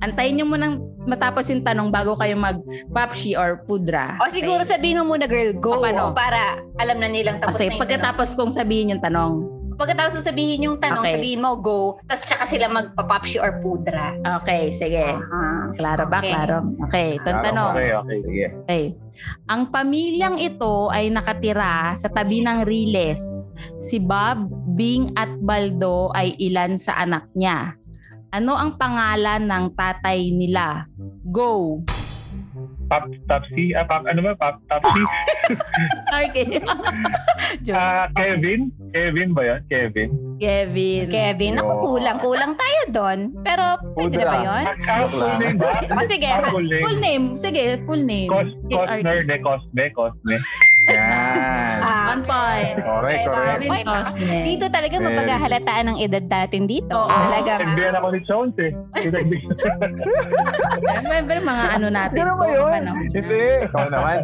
B: Antayin nyo munang matapos yung tanong bago kayo mag-papshi or pudra.
A: O siguro sabihin mo muna, girl, go.
B: O, paano? Ah,
A: Para alam na nilang tapos na
B: Kasi
A: yung
B: pagkatapos kong sabihin yung tanong.
A: tanong. Pagkatapos mo sabihin yung tanong,
B: Okay.
A: sabihin mo, go. Tapos tsaka sila magpapapshi or pudra.
B: Okay, sige.
A: Aha.
B: Klaro ba?
A: Ah, Okay.
B: Klaro. Okay, ito ang
C: Klaro,
B: tanong.
D: Okay, okay.
C: Ah, Sige.
B: Okay. Ang pamilyang ito ay nakatira sa tabi ng Riles. Si Bob, Bing at Baldo ay ilan sa anak niya. Ano ang pangalan ng tatay nila? Go!
D: Pop, Topsy? Ah, pop, ano ba? Pop, Topsy?
B: Target.
D: Ah, Kevin? Kevin ba yun? Kevin?
B: Kevin.
A: Kevin, ako
C: Yo.
A: kulang. Kulang tayo doon. Pero pwede na
C: Pudra.
A: ba yun?
D: Ah, ah, full name ba?
A: O sige,
D: Ah,
A: ha-
D: full name.
B: Full name. Sige, full name.
D: Cos,
B: Kay
D: Cosner, de Cosme, Cosme.
C: Yan.
A: Ah,
B: On point.
C: Correct,
A: Okay,
C: correct.
A: on
B: Kevin
A: point.
B: Cosner.
A: Dito talaga
C: Very.
A: mapaghahalataan ang edad natin dito.
B: Oo.
A: Talaga.
D: Nagbiyan ako ni Jones eh. Nagbiyan.
B: Remember mga ano natin.
C: Ano ba
B: to,
C: yun?
B: panahon na.
C: Hindi, ikaw naman.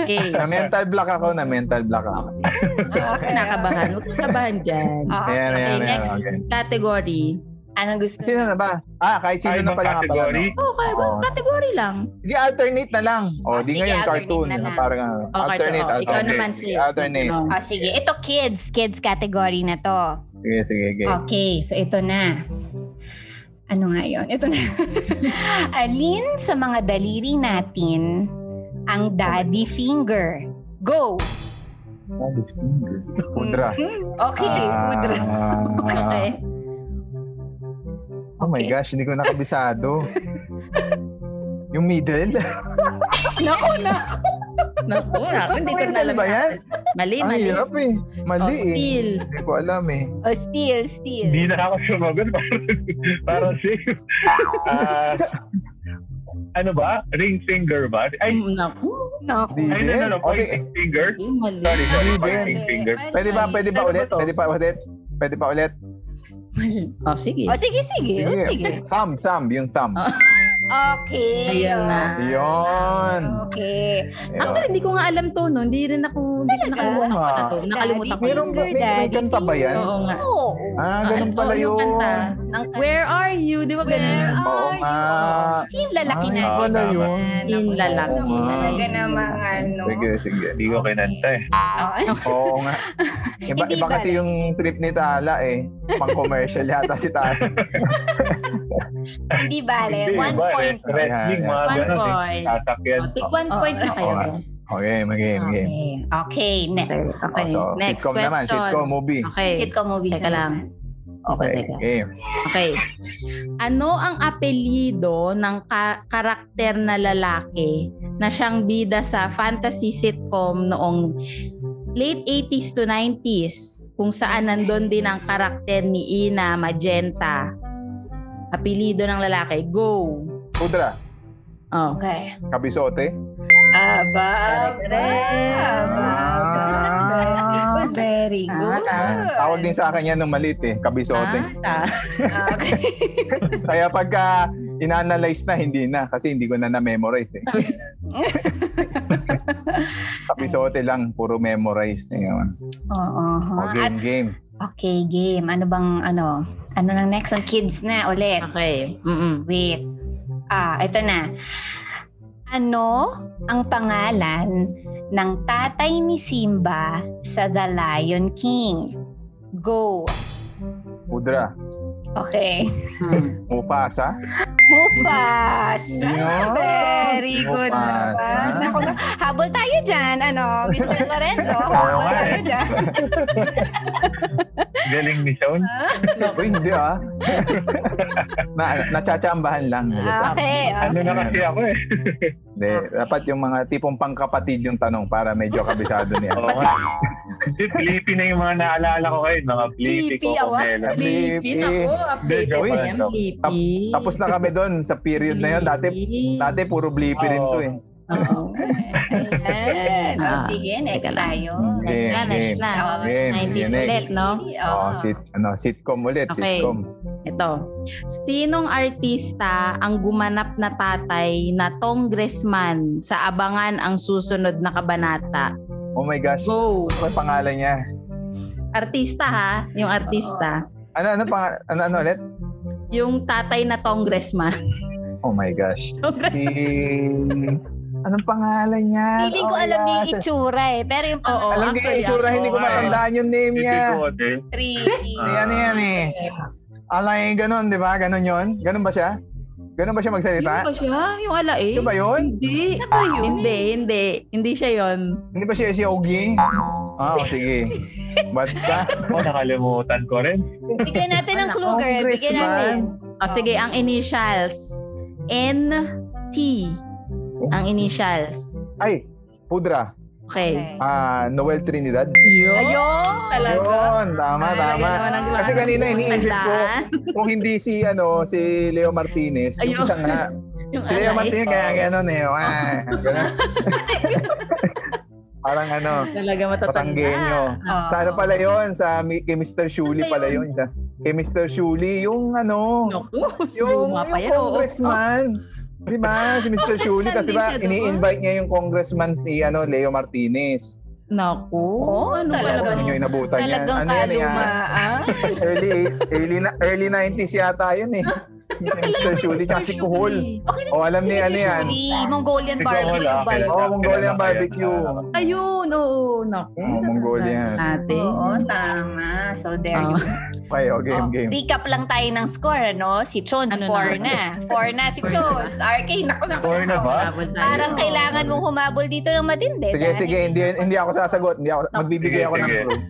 B: Okay.
C: Na mental block ako, na mental block ako.
A: Okay.
B: Nakabahan. Huwag kang kabahan dyan.
A: Oo.
C: Ayan, ayan,
B: Ah, Okay,
C: ayan.
B: next.
C: Okay.
B: Category.
A: ah, Anong gusto?
C: Sino na ba? Ah, kahit sino
D: Ay,
C: na
D: ibang
C: pala nga pala.
D: category.
C: no?
B: Oh, kaya
C: Oo.
B: ba? Category lang.
C: Sige, alternate na lang. O,
B: Ah,
A: Oh,
C: di
A: sige,
C: ngayon,
A: alternate
C: cartoon.
A: na lang.
C: Parang ah,
B: Oh,
C: alternate,
B: cartoon. Oh, ikaw
C: alternate.
B: naman sis.
C: Alternate.
B: Oh.
A: Oh, sige. Ito kids. Kids category na to.
C: Sige, sige, sige.
B: Ah.
A: Okay. So, ito na. Ano nga yun? Ito na. Alin sa mga daliri natin ang daddy finger? Go!
C: Pudra.
A: Mm, Okay. Pudra.
C: Ah,
B: Okay.
C: oh my gosh, hindi ko nakabisado. Yung middle?
A: Naku, naku.
B: Naku, naku, hindi ko
C: Pwede
B: na alam.
C: ba yan?
B: Mali,
C: Ang
B: mali.
C: hirap eh.
B: Oh,
C: Mali eh.
B: still.
C: Hindi ko alam eh.
A: Oh, steal, steal.
D: Hindi na ako sumagot. Parang, parang safe. Ah, ano ba? Ring finger ba? Ay,
B: Mm, Naku,
A: Naku.
D: ay, no, no, no.
C: Okay.
D: Pointing finger.
B: hindi, mali.
D: Sorry, sorry.
C: Hindi.
D: Pointing finger.
C: Pwede ba, pwede ba
D: Ano ba
C: ulit?
D: to?
C: Pwede pa ulit? Pwede pa ulit?
B: Oh, sige.
A: Oh, sige, sige. Oh, sige.
C: Thumb, thumb. Yung thumb.
B: Oh.
A: Okay.
B: Ayan na.
C: Yun.
B: Ah.
A: Okay.
B: Actually, hindi ko nga alam to, no? Hindi rin ako, hindi ko
A: Talaga?
B: nakalimutan ko na to. Nakalimutan ko.
C: Meron ba, may, may kanta ba yan?
B: Oo nga.
A: Oo.
C: Ah, ganun
B: Oo,
C: pala
B: Ano yung
C: yun.
B: kanta.
A: Nang
B: Where are you? Di ba
A: Where
B: ganun?
C: Oo
A: are you?
C: nga.
A: Yung lalaki
C: Ah,
A: na.
D: yun pala
C: yun.
B: Yung lalaki.
A: Naku, Talaga namang ano. Ah,
C: Sige, sige.
D: Hindi ko kinanta eh.
A: Oo.
C: Oo nga. Iba,
A: Hindi
C: iba
A: ba-
C: kasi yung trip ni Tala eh. Pang commercial yata si Tala.
A: Hindi bale.
D: Hindi,
A: One
D: ba, eh.
A: point.
D: Wrestling, mga
B: One
D: ganun eh.
B: point.
D: Sasakyan.
C: ano,
B: Oh, take one
A: Oo.
B: point na kayo.
C: Oo. Okay, mag-game, game.
A: Okay. Okay. Next.
B: Okay, okay.
C: Oh, so,
B: Next
C: sitcom naman,
B: question.
C: sitcom movie.
B: Okay.
A: Sitcom movies. na
B: Teka lang.
A: naman.
B: Okay, teka.
C: Game.
B: Okay. Ano ang apelyido ng ka- karakter na lalaki na siyang bida sa fantasy sitcom noong late 80s to 90s kung saan nandun din ang karakter ni Ina Magenta? Apelyido ng lalaki. Go!
C: Pudra.
B: Oh.
A: Okay.
C: Kabisote.
A: Aba, aba, aba, aba. Very good.
C: Ah, tawag din sa akin yan nung maliit eh. Kabisote.
B: Ah,
A: Okay.
C: Kaya pagka inanalyze na, hindi na. Kasi hindi ko na na-memorize eh. Kabisote lang. Puro memorize. Ayun.
A: Oo.
C: O,
A: ha. Ah, At,
C: game, game.
A: Uh-huh. okay, game. Ano bang ano? Ano nang next? Ang kids na ulit.
B: Okay. Mm-mm.
A: Wait. Ah, ito na. Ano ang pangalan ng tatay ni Simba sa The Lion King? Go.
C: Pudra.
A: Okay.
B: Mm.
C: Mupasa.
A: Mufasa.
C: Yun.
A: Very good
C: Mufasa.
A: naman. Ako na, habol tayo dyan, ano, Mr. Lorenzo. Habol
D: Okay.
A: tayo dyan.
D: Galing ni Sean.
C: Uy, hindi ah. na, nachachambahan lang.
A: Ah, Okay.
D: Ano
A: okay.
D: na kasi ako eh.
C: Hindi, dapat yung mga tipong pangkapatid yung tanong para medyo kabisado niya.
D: Oo. Hindi, Flippy na yung mga naalala ko kayo. Mga Flippy
A: Flippy,
D: ko.
A: awa.
D: Kumela.
B: Lipi.
C: Lipi.
B: Ako, updated
D: Uy,
B: yan.
C: tap-
B: Lipi.
C: Tapos na kami doon sa period na yun. Dati, dati puro blippy rin to eh.
A: Ah,
B: Oo.
A: Ayan. O,
B: Ah,
A: sige, next
B: teka lang.
A: tayo.
B: Next na,
C: Game,
B: next
C: game.
B: na.
A: Oh,
C: Game,
B: 90s
C: yun next.
B: ulit, no?
A: Oo.
C: Oh, sit, ano, sitcom ulit,
B: Okay.
C: sitcom.
B: Ito. Sinong artista ang gumanap na tatay na congressman sa abangan ang susunod na kabanata?
C: Oh my gosh.
B: Go!
C: Ano yung pangalan niya?
B: Artista ha, yung artista.
C: Ano, ano, pang, ano, ano ulit?
B: Yung tatay na congressman.
C: Oh my gosh. Si... Anong pangalan niya? Oh,
A: Feeling ko alam niya yung itsura eh. Pero yung pang
B: Oo, ang ah.
C: Alam niya yung
B: saya.
C: itsura, hindi ko
D: Oo, eh.
C: matandaan yung name
D: Flippy
C: niya.
D: ko ah, eh.
A: three.
C: Si ano yan eh. Alay, ganun, di ba? Ganun yun. Ganun ba siya? Ganun ba siya
B: Yun
C: magsalita?
B: ba siya? Yung ala eh?
C: Ano ba yun?
B: Hindi. Hindi, hindi. Hindi siya yon.
C: Hindi ba siya si Ogie? Ah, oh, sige. Basta.
D: Ako, nakalimutan ko rin.
A: Bigyan natin ng clue, girl. Bigyan natin.
B: O Oh, sige, ang
C: Mm.
B: initials. N-T. Ang
C: Oh.
B: initials.
C: Ay, Pudra.
B: Okay.
C: Ah, Noel Trinidad.
B: Yun.
A: Ayun!
C: Yun,
A: Ah,
C: tama, tama. Kasi kanina iniisip ko, kung hindi si, ano, si Leo Martinez, yung
B: Ayun.
C: isa nga.
B: Yung
C: Si Leo
B: ala, eh.
C: Martinez, kaya ganun eh. Ah, ganun. Parang ano,
B: Talaga
C: patanggenyo.
B: matatanda.
A: Oo.
C: Sa ano pala yun? Sa mi- kay Mr. Shuli
B: Ano ba
C: pala
B: yun?
C: yun. Sa, kay Mr. Shuli, yung ano,
B: Naku,
C: yung,
B: suma pa
C: yung
B: yan. Oo.
C: congressman. Di ba? Si Mr. Shuli. Kasi di
B: din siya
C: ba,
B: doon.
C: ini-invite niya yung congressman si ano, Leo Martinez.
B: Naku.
A: Oo,
B: ano ba
A: talaga.
B: naman?
C: Ano yung inabutan niya?
A: Talagang ah.
C: Ano yan, yan?
A: kalumaan.
C: Early, early, na, early 90s yata yun eh. Mr. Shuli, tsaka si Kuhol.
A: Okay na
C: O, alam ni ano yan.
A: Shuri, Mongolian
D: Siguro
A: barbecue
D: wala,
A: ba yun?
D: kilala-
C: Oh, Mongolian
D: kilala ko yan.
C: barbecue.
B: Ayun, oo. Naku.
C: Oo, Oh, Mongolian. Oh.
B: Ate.
A: Oo, tama. So, there
B: Oo.
A: you go.
C: Okay, oh, game,
A: Oh,
C: game.
A: Recap Ah. lang tayo ng score, ano? Si Chons,
B: Ano
A: 4 na.
B: na?
A: 4 na si
B: Four
A: Chons. RK, naku, naku.
D: Four na
A: naku.
D: ba?
B: Habol tayo.
A: Parang kailangan mong humabol dito ng matindi.
C: Sige,
A: dahil-
C: sige, hindi, hindi ako sasagot. Hindi ako, magbibigay
D: Sige,
C: ako ng
D: sige.
C: clue.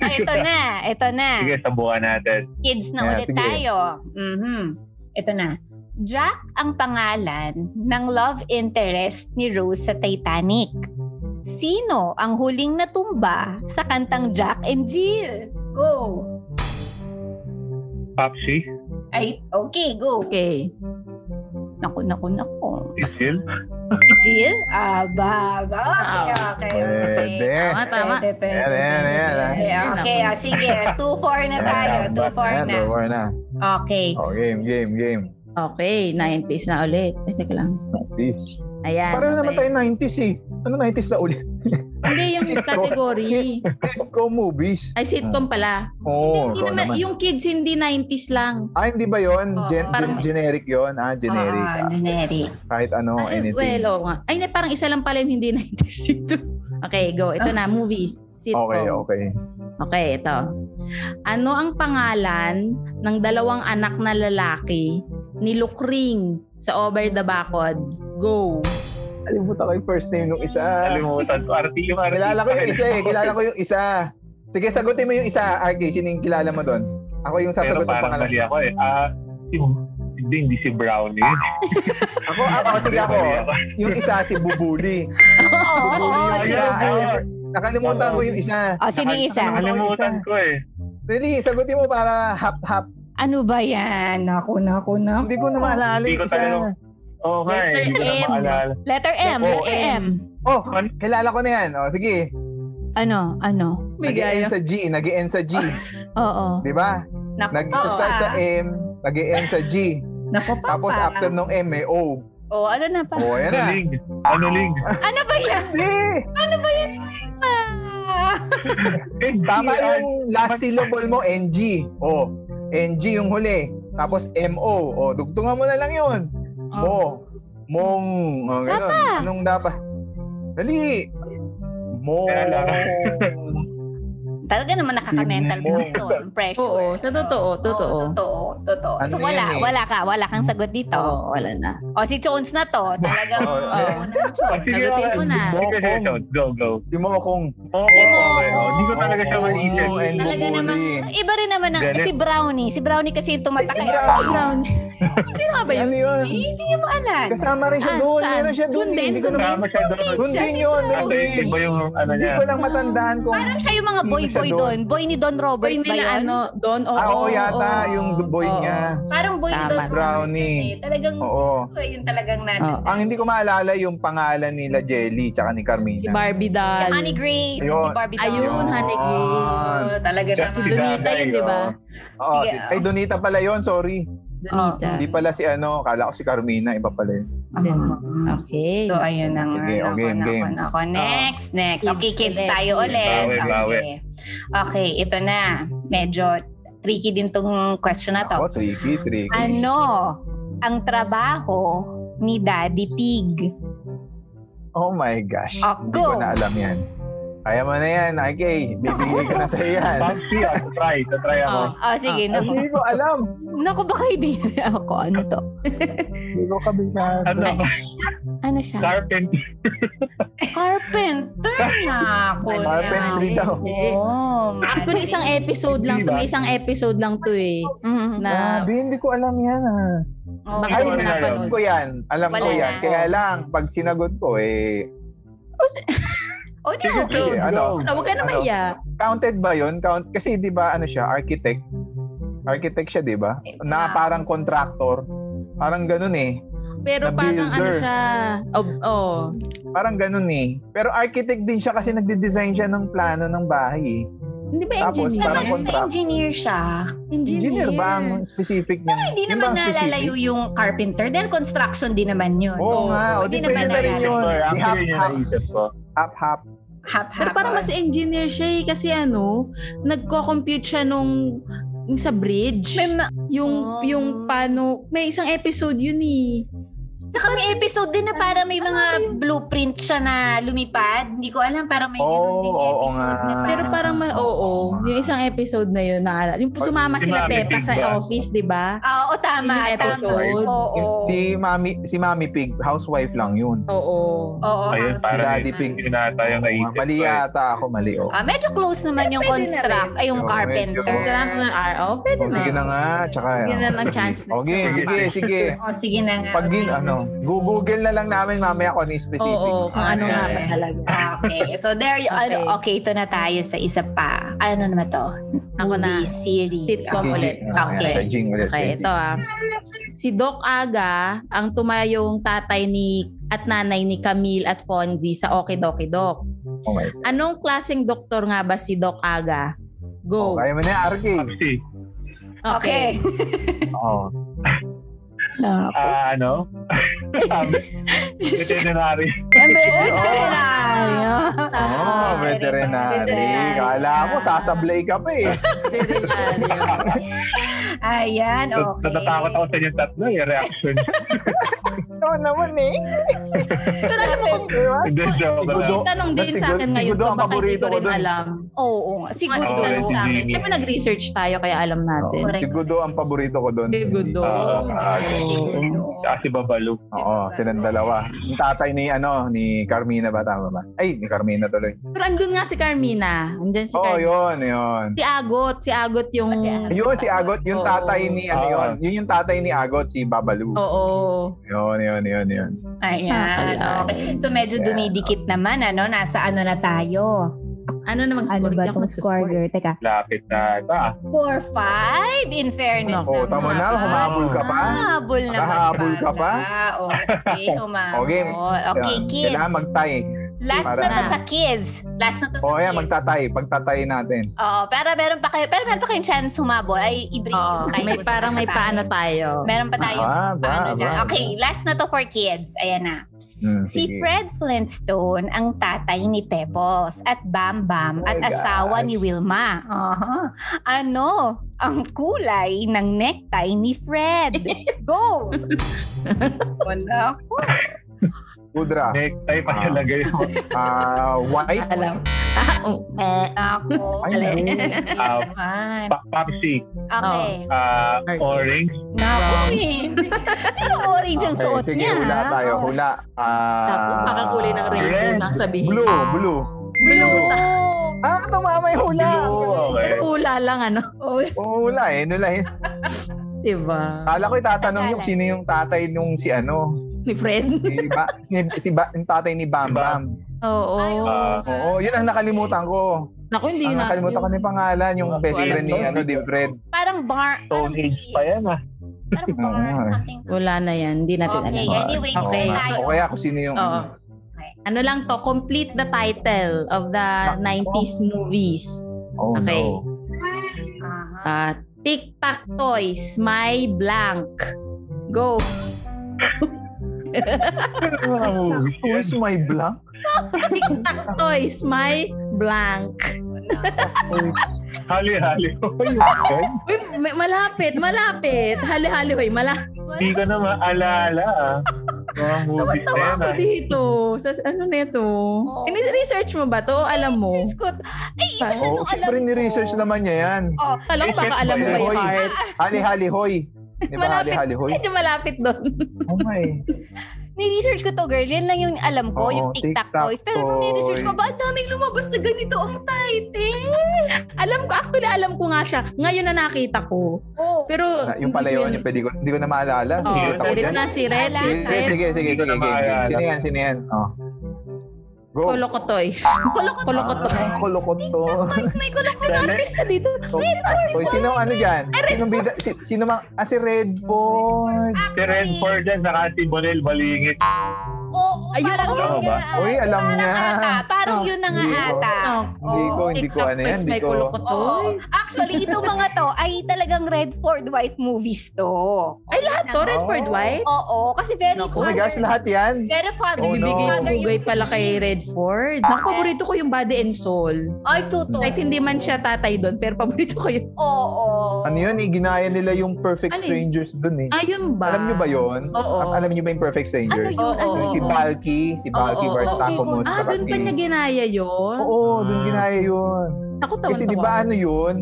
A: Ah, ito na, ito na.
D: Sige, sabuhan natin.
A: Kids na
C: Yeah,
A: ulit
C: Ah, sige.
A: tayo. Mhm. Ito na. Jack ang pangalan ng love interest ni Rose sa Titanic. Sino ang huling natumba sa kantang Jack and Jill? Go!
D: Popsi,
A: Ay, okay, go.
B: Okay.
A: Naku, naku, naku.
D: Isil,
C: Ah.
A: Si Jill? Aba, aba. Ah, Okay, okay, okay.
C: Pwede.
B: Tama, tama.
A: Pwede, pwede,
C: Ayan, ayan, ayan,
A: pwede, pwede.
B: ayan.
A: Okay, ah, sige. 2-4 na tayo. 2-4 na.
C: Ayan, four na.
A: Okay.
C: Oh, game, game, game.
B: Okay, 90s na ulit. Eh, teka lang.
C: This.
B: Ayan.
C: Pareho naman
B: okay.
C: tayo 90s eh. Ano 90s na ulit?
B: Hindi, yung category.
C: Sitcom movies.
B: Ay, sitcom pala.
C: Oo, oh,
B: Hindi
C: ikaw
B: naman,
C: naman.
B: yung kids hindi 90s lang.
C: Ah, hindi ba yun?
A: Oo.
C: Gen-
B: Parang-
C: generic yun? Ah, generic.
A: Ah,
C: Ah,
A: generic.
C: kahit ano,
B: Ay,
C: anything.
B: well, oo nga. Ay, na, parang isa lang pala yung hindi 90s ito. Okay, go. Ito na, movies. Sitcom.
C: Okay, okay.
B: Okay, ito. Ano ang pangalan ng dalawang anak na lalaki ni Lukring sa Over the Bacod? Go!
C: Kalimutan ko yung first name nung isa.
D: kalimutan ko. RT yung RT.
C: eh. Kilala ko yung isa eh. Kilala ko yung isa. Sige, sagutin mo yung isa, RK. Sino yung kilala mo doon? Ako yung
D: Pero
C: sasagot ng
D: parang
C: pangalan.
D: mali ako eh. Ah, si, hindi, hindi si Brownie.
C: Ako, ako, Ah, oh, sige ako.
D: ah.
C: Yung isa si Bubuli.
A: Oo,
C: Bubuli yung
D: si
C: isa. I
D: Bubuli.
C: remember- Nakalimutan ko yung isa.
A: O, sino yung Ah, isa?
D: Nakalimutan ko eh.
C: Really, sagutin mo para hap-hap.
A: Ano ba yan? Naku, naku, naku.
C: Hindi ko na maalala
D: Hindi
C: yung
D: ko
C: isa.
D: talaga- Oo nga eh, hindi ko
A: Letter
D: na
A: M.
D: maalala. Ano
A: Letter M,
D: Oo.
A: letter M.
C: Oh, kilala ko na yan. Oh, sige.
A: Ano, ano?
C: Nag-end sa G. Nag-end sa G.
A: Oo.
C: Di ba?
A: Naku,
C: Nag-start sa M. Nag-end sa G.
A: Naku, papa.
C: Tapos after nung M, may O.
A: Oh, ano na pa?
C: O, yan
D: Ano
C: na.
D: ling? Ano ling?
C: Ah.
A: Ano ba yan?
C: Hindi.
A: Ah!
D: Eh,
C: Tama
D: G, ah,
C: yung last syllable mo, NG. O, NG yung huli. Tapos MO. O, dugtungan mo na lang yun.
A: Ah.
C: Mo. Mong. O, ganun. Anong dapat? Dali. Mo.
D: Kaya lang.
A: Talaga naman nakaka-mental
C: Mo.
A: block to. Ang pressure.
B: Oo, sa totoo, totoo.
A: Oo, totoo, totoo.
C: Ano
A: so wala,
C: yan eh?
A: wala ka, wala kang sagot dito.
B: Oo, wala na.
A: O si Jones na to, talagang
C: Oo,
A: Oo, una
C: eh.
A: ang Jones.
D: ah, sige,
B: Nagutin
D: ah,
B: mo na.
D: sige, sige,
C: Bokong.
D: Jones, Go, go.
C: Di mo akong.
D: Oo,
A: Si
D: oo,
A: Mokong.
D: eh, oo. Hindi ko talaga siya
C: Oo,
D: maisip.
C: Oh, and
A: Talaga
C: Bubuli.
A: naman, iba rin naman ang,
D: Galit.
A: si Brownie. Si Brownie kasi yung tumatakay.
C: Ay, si
A: Si Brownie.
B: Sino nga ba yun?
C: Ano yun?
A: Eh, Hindi mo alam.
C: Kasama rin siya
B: Ah,
C: doon.
B: saan?
C: Meron siya doon.
B: Doon
C: eh.
B: din,
C: Hindi ko na
D: Tama siya doon.
A: Hindi
C: Doon
A: siya
C: din
A: si
C: yun,
A: Brownie.
D: Kasi
C: Hindi.
D: iba yung ano
C: Hindi
D: niya.
C: ko lang matandaan kung...
A: Parang siya yung mga
C: Hindi siya
A: boy-boy
C: doon.
A: doon. Boy ni Don Robert
B: Boy
A: ba
B: nila
A: yun?
B: ano, Don, oo.
C: Ah, oo, yata.
B: oo.
C: Yung boy
B: Oo.
C: niya.
A: Parang boy ni
B: Tama.
A: Don Robert.
C: Brownie.
A: Eh. Talagang
C: Oo.
A: yun talagang natin.
B: Oo.
C: Ang hindi ko maalala yung pangalan nila Jelly tsaka ni
B: Si
C: Carmina.
B: Barbie
A: Si
B: doll.
A: Honey Grace, at si
C: Ayun.
A: Barbie doll.
B: Ayun, Honey Grace.
A: Oo, talaga
D: Siya
A: naman.
D: si
B: Donita
D: Daday,
B: yun, di ba?
D: oo.
C: Oo,
A: Sige,
C: si- Ah. ay Donita pala yon, sorry.
B: Donita.
C: Hindi pala si ano, kala ko si Carmina, iba pala yun.
A: Ah.
B: Okay.
A: So, ayun na nga.
C: Sige,
A: Nako,
C: okay,
A: nako,
C: game. Ah.
A: nako. Next, next.
B: Kids
A: Okay, kids
B: ulit.
A: tayo ulit.
D: Bawi, bawi.
A: Okay. Okay, ito na. Medyo tricky din tong question na to.
C: Ako, tricky, tricky.
A: Ano ang trabaho ni Daddy Pig?
C: Oh my gosh.
A: Ako.
C: Hindi ko na alam yan. Kaya mo na yan, okay. Bibigay ko na sa'yo yan.
D: Pangsi, ah, try. Try ako.
B: Oh.
A: Oh, sige.
C: Ay,
A: Naku,
C: Hindi ko alam.
A: naku baka hindi ako. Ano to?
C: Hindi ko kabisado.
D: Ano?
A: Ano siya?
D: Carpent.
A: Carpenter na ako.
C: Carpentry daw.
A: Oh,
B: Actually, isang episode lang to. May isang episode lang to eh.
A: Mm-hmm.
B: Na,
C: Grabe, hindi ko alam yan ah.
A: Oh,
B: Baka
C: Ay,
B: hindi mo
D: wala
C: alam
B: napanood.
C: ko yan. Alam ko
A: Wala
C: yan.
A: na.
C: Kaya lang, pag sinagot ko eh,
A: oh, di
D: Sige,
A: okay.
D: Jones,
C: ano?
D: go.
B: Ano, huwag ka na
C: Ano?
B: mahiya.
C: counted ba yun? Count, kasi di ba ano siya, architect? Architect siya, di ba?
A: Ah.
C: Na parang contractor. Parang ganun eh.
B: Pero
C: Na
B: parang ano
C: builder.
B: siya. Oh, oh.
C: Parang ganun eh. Pero architect din siya kasi nagde-design siya ng plano ng bahay eh.
B: Hindi ba
C: Tapos,
B: engineer?
C: parang
A: Naman,
C: contractor.
A: engineer siya.
C: Engineer, ba ang specific niya?
A: Hindi naman nalalayo yung carpenter dahil construction din naman yun.
B: Oo,
C: Oo nga. O,
A: hindi
C: di
A: naman
C: pwede na rin
A: nalalayo.
C: yun.
D: Sorry,
C: Di
D: Actually, yun yung
C: hap-hap.
D: naisip ko.
C: Hap-hap.
A: Hap,
B: Pero parang mas engineer siya eh, kasi ano, nagko-compute siya nung yung sa bridge.
A: may ma-
B: yung
A: Oh.
B: yung paano, may isang episode yun eh.
A: Saka may episode din na para may
C: ano
A: mga blueprint siya na lumipad. Hindi ko alam, parang may ganun
C: Oo,
A: ding
C: oo
A: episode
C: nga.
A: na
B: Pero parang may, oo, yung isang episode na yun naalala.
C: Oh,
B: Yung sumama
D: Yung
B: sila
D: mga
B: Pepa
D: big
B: sa
D: bang.
B: office, 'di ba?
A: Ah, Oo, tama,
B: Yung
A: tama.
B: episode.
A: Oo.
C: Si Mami, si Mami Pig, housewife lang yun.
B: Oo.
A: Oo, house
D: Ayun, parang
A: naman.
C: Daddy Pig.
D: Yun ata yung naisip ko.
C: Mali
D: eh.
C: yata ako, mali. Oh.
A: Ah, medyo close naman yung
B: Pwede na
A: construct, ay yung
C: Oo,
A: carpenter.
C: medyo.
B: Sila na RO, pwede
C: O,
B: na.
C: sige na nga. Tsaka,
B: Bigyan Ano? na ng chance na.
C: O, game, sige, sige.
A: Oh, sige na nga.
C: Pag gin,
A: sige.
C: ano, google na lang namin mamaya kung ano yung specific.
B: Oo, kung
A: Ah,
B: ano nga ba
A: sige.
B: talaga.
A: Ah, Okay, so there you
B: Okay.
A: okay. okay, ito na tayo sa isa pa. Ano naman to?
B: Ako na.
A: Movie series.
B: Sitcom
A: Okay.
B: ulit.
A: Okay.
C: Ayan, sa Jing ulit.
B: Okay, ito ah. Si Doc Aga ang tumayong tatay ni at nanay ni Camille at Fonzie sa Okidoki Doc.
C: Oh my God.
B: Anong klaseng doktor nga ba si Doc Aga? Go.
C: Kaya mo na, RK.
D: Pangsi.
A: Okay.
C: Oo.
A: Ah,
D: Ah, ano? Veterinary.
A: Veterinary.
B: Ah,
C: Oh, veterinary.
B: veterinary.
C: Kala ko, sasablay ka pa eh.
B: Veterinaryo.
A: Ayan,
D: Nat-
A: okay.
D: Natatakot ako sa inyo tatlo eh. Reaction.
C: Ito naman eh.
B: Pero alam mo kung
C: Diba?
D: Hindi, joke
C: Sigudo.
D: lang.
B: tanong din sa akin
C: Siguro-
B: ngayon,
C: siguro
B: to,
C: ang
B: baka hindi
C: paborito
B: ko
C: ko
B: rin
C: dun.
B: alam.
A: Oo. nga. Si
B: Mga
A: Gudo.
D: Oo,
B: tanong sa akin.
D: hindi.
B: Siyempre nag-research tayo kaya alam natin.
A: Correct.
C: Si Gudo ang paborito ko doon.
B: Si Gudo.
D: Ah, ah,
B: Oo.
D: Tsaka si Babalu.
C: Oo, silang dalawa. Yung tatay ni ano, ni Carmina ba tama ba? Ay, ni Carmina tuloy.
B: Pero andun nga si Carmina. Andyan si
C: Oo,
B: Carmina.
C: yun, yun.
B: Si Agot. Si Agot yung...
A: Ah, si Agot.
C: Yun, si Agot, yung
B: Oo.
C: tatay ni, ano
D: Oo.
C: yun, yun yung tatay ni Agot, si Babalu.
B: Oo.
C: Yun, yun, yun, yun.
A: Ayan.
B: Ah,
A: Okay. So medyo
C: Yeah.
A: dumidikit naman ano, nasa ano na tayo.
B: Ano na
E: Ano
B: mag-score?
E: ba
B: Hindi ako
E: itong
B: mag-score?
E: score girl? Teka.
D: Lapit na. Ah,
A: 4-5 in fairness
B: Naku,
C: Oo,
A: naman.
C: tama
B: Ah.
C: na, humahabol ka pa.
A: Humahabol naman
C: Nakahabol ka pa?
A: Okay, humahabol.
C: Okay.
A: Okay,
C: Yan.
A: kids.
C: Kailangan magtay.
A: Last
C: Para
A: na to
B: na.
A: sa kids. Last na to sa
C: O, ayan,
A: kids.
C: magtatay. Pagtatay natin.
A: Oo, pero meron pa kayo, pero meron pa kayong chance humabol. Ay, i-break
B: Oo.
A: yung tayo.
B: May
A: Basta
B: parang may
A: tayo.
B: paano tayo.
A: Meron pa tayo.
C: Ah,
A: paano
C: ba,
A: dyan.
C: ba.
A: Okay, last na to for kids. Ayan na.
C: Mm,
A: Si
C: sige.
A: Fred Flintstone ang tatay ni Pebbles at Bam Bam
C: Oh
A: at
C: my
A: asawa
C: gosh.
A: ni Wilma. Aha. Ano ang kulay ng necktie ni Fred? Go! Wala ako.
C: Kudra.
D: necktie pa talaga yun.
C: Ah, white.
B: Alam. Ah, um, eh.
A: Ako.
C: Ay,
B: Mali.
C: mali.
D: Ah,
A: Naman.
D: pa- Papsi.
A: Okay.
B: Oh.
D: Ah,
B: Okay.
D: orange.
A: Naku, hindi. Pero orange ang
C: Okay,
A: suot
C: sige,
A: niya.
C: hula
A: ha?
C: tayo. Hula. Ah,
B: Tapos makakulay ng rainbow
D: red.
B: nang sabihin.
C: Blue, blue.
A: Blue.
C: Ah, tumama yung hula.
D: Blue, okay.
B: Pero hula lang ano.
C: Oo, hula eh. Nula eh.
B: Diba?
C: Kala ko itatanong yung sino yung tatay nung si ano.
B: Ni Fred.
C: Si, ba, si, si ba, yung tatay ni Bam Bam.
B: Oo.
A: Ay, oh. oo.
D: Ah,
C: Oo, yun ang nakalimutan ko.
B: Naku, hindi na.
C: Ang Ah, nakalimutan ko na yung pangalan, yung
D: Ako,
C: best
D: alam
C: friend ni
D: ko.
C: ano, Dim Fred.
A: Parang bar.
D: Stone
A: parang
D: Age pa yan ah.
A: Parang bar.
C: Oo.
A: Something.
B: Wala na yan. Hindi natin
A: Okay,
B: alam.
A: anyway,
B: Oo.
A: okay.
B: nga.
A: tayo.
C: O kaya kung sino yung...
B: Oo. Ano lang to, complete the title of the 90s movies.
C: Oh,
B: Okay.
C: no.
A: Aha.
B: Ah, Tic Tac Toys, My Blank. Go.
D: Oh,
C: Who is my blank?
B: Tic Tac Toys, My Blank.
D: Hali-hali.
B: Uy, may- malapit, malapit. Hali-hali, hoy, malapit.
D: Hindi ko na maalala ah. Mga movies na
B: Tawa
D: yan
B: ko
D: ah.
B: dito. Sa, ano na ito?
A: Oo.
B: research mo ba to? Alam mo?
A: It's good. Ay, isa lang
C: Oo,
A: ang
C: syempre
A: Ano alam
C: ni-research
A: ko.
C: naman niya yan.
A: Oh,
B: Alam ko baka alam mo by
C: Hoy.
B: heart.
C: Hali-hali hoy. Di ba
B: Malapit.
C: hali-hali hoy?
B: Medyo malapit doon.
C: Oh my.
A: ni-research ko to, girl. Yan lang yung alam ko,
C: Oo,
A: yung tic-tac
C: tic-tac
A: toys. Pero nung ni-research ko,
C: toys.
A: ba ang daming lumabas na ganito ang title?
B: Alam ko, actually alam ko nga siya. Ngayon na nakita ko.
A: Oh.
B: Pero
C: Ah, Yung pala
B: hindi ko
C: yun, yung pwede ko, hindi ko na maalala.
B: Oo,
C: Sige,
D: sirit
C: tawag
B: sirit
C: yan.
B: na, siret,
A: Sige,
C: Sige,
B: siret.
C: sige, sige,
D: Hindi ko
C: sige,
D: na
C: sige.
D: maalala.
C: Sino yan, sino yan? Oh. Go.
B: Koloko Toys. Koloko Toys.
C: Ah, kulukot to.
A: Toys, may kulok
B: May
D: Dali.
B: artista dito.
C: Hoy, sino ang ano dyan? Sinong bida? Si, sino mang... Ah, si Redford.
B: Ah,
D: Si Renford yan, saka si Bonel Balingit.
A: Oo,
B: Ayun,
A: parang yun
D: oo ba?
A: nga.
C: Uy, eh, alam
A: parang
C: niya.
A: Ata, parang
B: Oh,
A: yun na nga
C: hindi ko.
A: ata.
C: Hindi ko, hindi ko
B: TikTok
C: ano yan.
B: Toys,
C: Hindi
B: may
C: ko...
B: Koloko
A: Oo.
B: Toys.
A: Actually, itong mga to ay talagang Redford White movies to.
B: Ay, lahat to. Redford
C: Oo.
B: White.
A: Oo, kasi very
B: Naku.
C: Oh my gosh, lahat yan.
A: Very father.
C: Oh, no.
B: Bibigay
A: father
B: ng hugay
A: yung-
B: pala kay Redford. Naku, paborito ko yung Body and Soul.
A: Ay, totoo.
B: Kahit hindi man siya tatay doon, pero paborito ko yun.
A: Oo.
C: Ano yun? eh, Ginaya nila yung Perfect
B: Ano yun?
C: Strangers dun eh.
B: Ayun ba?
C: Alam nyo ba yun?
B: Oo.
C: Al- Alam nyo ba yung Perfect
A: Ano
C: Strangers?
A: yun?
B: Oo,
A: Ano
B: oo,
A: yun?
C: Si Balky, si Balky
B: Oo,
A: oo.
C: Bartacomos.
B: Ah,
C: tsaka
B: doon
C: si-
B: pa niya ginaya yun?
C: Oo, doon
D: Ah.
C: ginaya yun.
B: Naku, tawan
C: Kasi di ba ano yun?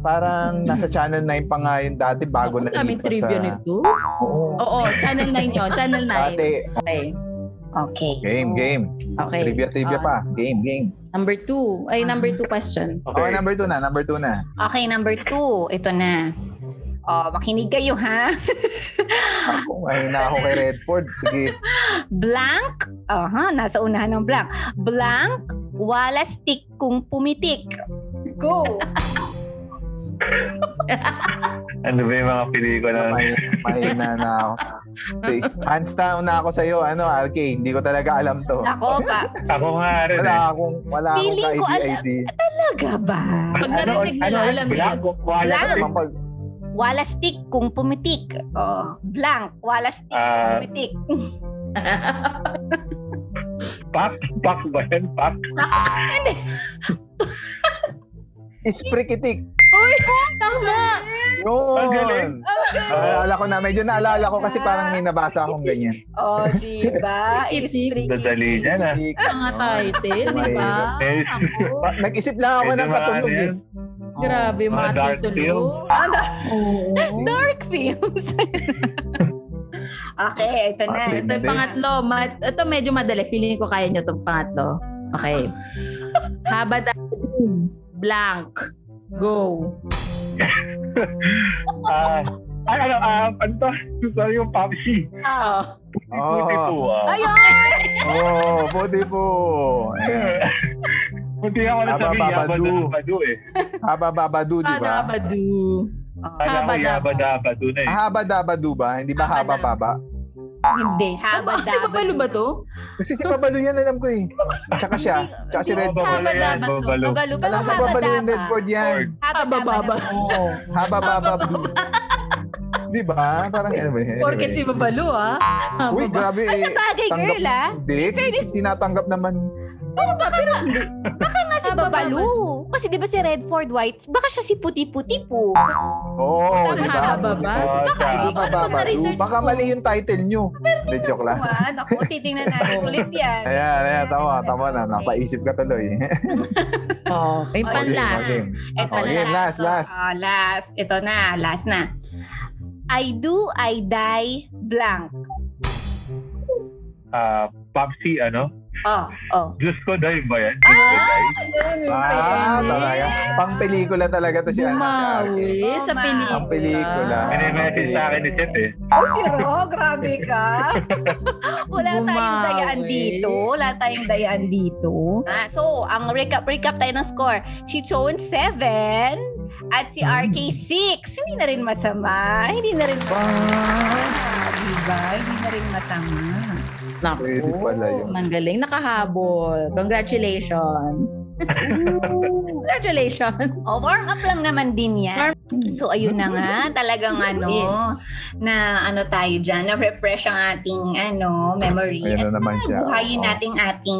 C: Parang nasa Channel 9 pa nga yun dati bago na
B: Kami trivia nito.
C: Oo.
B: Oo, Channel 9 yun. Channel 9.
C: Dati.
B: Okay.
A: Okay.
C: Game, game.
B: Okay.
C: Trivia, trivia
B: Ah.
C: pa. Game, game.
B: Number 2. Ay, number 2 question.
C: Okay, number 2 na, number 2 na.
A: Okay, number two. Ito na. Oh, makinig kayo ha.
C: Ako, ay na ako kay Redford. Sige.
A: Blank. Aha, nasa unahan ng blank. Blank, wala stick kung pumitik. Go!
D: Ano ba yung mga pelikula na
C: May, mahina na ako. Sige, hands down na ako sa'yo. Ano, RK, hindi ko talaga alam to.
A: Ako pa.
D: Ako nga rin
C: Wala
D: eh.
C: akong, wala akong
A: Feeling ko alam.
C: ka-ID-ID.
A: Talaga ba?
B: Pag narinig nila, alam eh. nila.
D: Ano, Black, wala.
A: Black.
D: eh.
C: Mapag,
A: Wala stick kung pumitik. Oh, blank, wala stick kung
D: Ah.
A: pumitik.
D: Pak, pak ba yan? Pak.
C: is prikitik.
B: Tama!
D: Ang galing.
C: Yun! Naalala ko na, medyo naalala ko kasi parang may
B: Ah.
C: nabasa akong ganyan.
E: Oh, di ba? It's tricky.
D: Dadali ah. niya na.
B: Mga title, di ba?
D: Eh,
B: Ako.
C: Nag-isip lang ako
D: Medyo
C: ng
D: mga
C: katunog
D: ano
C: eh.
D: yan.
B: Grabe,
D: Mga
B: mga
D: dark
B: titulo.
D: films.
B: Oo.
A: Dark films.
E: Okay, ito na.
B: Ito yung pangatlo. Mat, ito medyo madali. Feeling ko kaya nyo itong pangatlo. Okay. Haba tayo. Blank. Go.
D: Ah, ay, ano, ah, ano to? Sorry, yung Papsi.
B: Oh.
D: Puti po. ah.
C: Oh, puti po. Ayan.
D: Puti ako na sabi,
C: Abababadu.
D: yabadabadu eh.
C: Haba-babadu, di ba?
B: Hababadu.
A: Oh,
D: Kala ko
B: Habadaba.
D: yabadabadu na eh.
C: Haba-dabadu ba? Hindi ba haba-baba?
A: oh, Hindi.
B: Ano
A: Haba
B: ba? Si Babalo ba to?
C: Kasi si Babalo yan, alam ko eh. Tsaka siya. Tsaka Ah, si Red.
D: Babalo yan,
B: Habadabadu.
D: babalo.
A: Babalo. Pero
C: Alam ko
A: haba
C: Babalo yung
A: daba.
C: Redford yan.
A: Haba
B: Habababa.
A: daba.
C: Haba-babadu. Di ba? Parang ano ba yan?
B: Porket si Babalo ah. Hababa-
C: Uy, grabe eh.
A: Sa bagay,
C: Tanggap-
A: girl, ah.
C: Hindi, tinatanggap naman.
A: Baka nga si
B: Haba-baba.
A: Babalo. Kasi di ba si Redford White, baka siya si Puti-Puti po.
C: Oo,
B: Tama
C: di
B: sa
C: ba?
B: bababa.
D: Ah, sa-
C: Haba-babadu.
A: Na-research
C: Baka
A: ko.
C: mali yung title nyo. Hindi, joke lang.
A: ah.
E: Juan, ako, titingnan natin ulit yan.
C: Ayan, ayan, tama, tama na. Napaisip ka tuloy.
B: Oo.
A: Oh,
B: Yung
E: Okay,
B: panlas.
C: okay.
E: Ito
C: Oh,
E: na
C: yun, last, last.
E: Ah, last.
A: Ito na, last na. I do, I die, blank.
D: Ah, Papsi, ano?
A: Oh, oh.
D: Diyos ko, dive ba yan?
C: Ah, talaga. Pang pelikula talaga to si ano.
B: Bumawi sa
A: Bumawi.
B: pelikula.
C: Ang pelikula.
D: May message sa akin ni Chet eh.
E: Oh, si Ro, grabe ka.
A: Wala tayong
B: Bumawi.
A: dayaan dito. Wala tayong dayaan dito. Ah, so, ang recap, recap tayo ng score. Si Chon 7 at si RK 6. Hindi na rin masama. Hindi na rin masama. Diba? Hindi na rin masama.
B: Naku.
C: Pwede pala yun.
B: Ang galing. Nakahabol. Congratulations. Congratulations.
A: O, warm up lang naman din yan. So, ayun na nga. Talagang ano, na ano tayo dyan, na refresh ang ating ano, memory.
C: Ayan na naman siya. Oh.
A: buhayin natin ating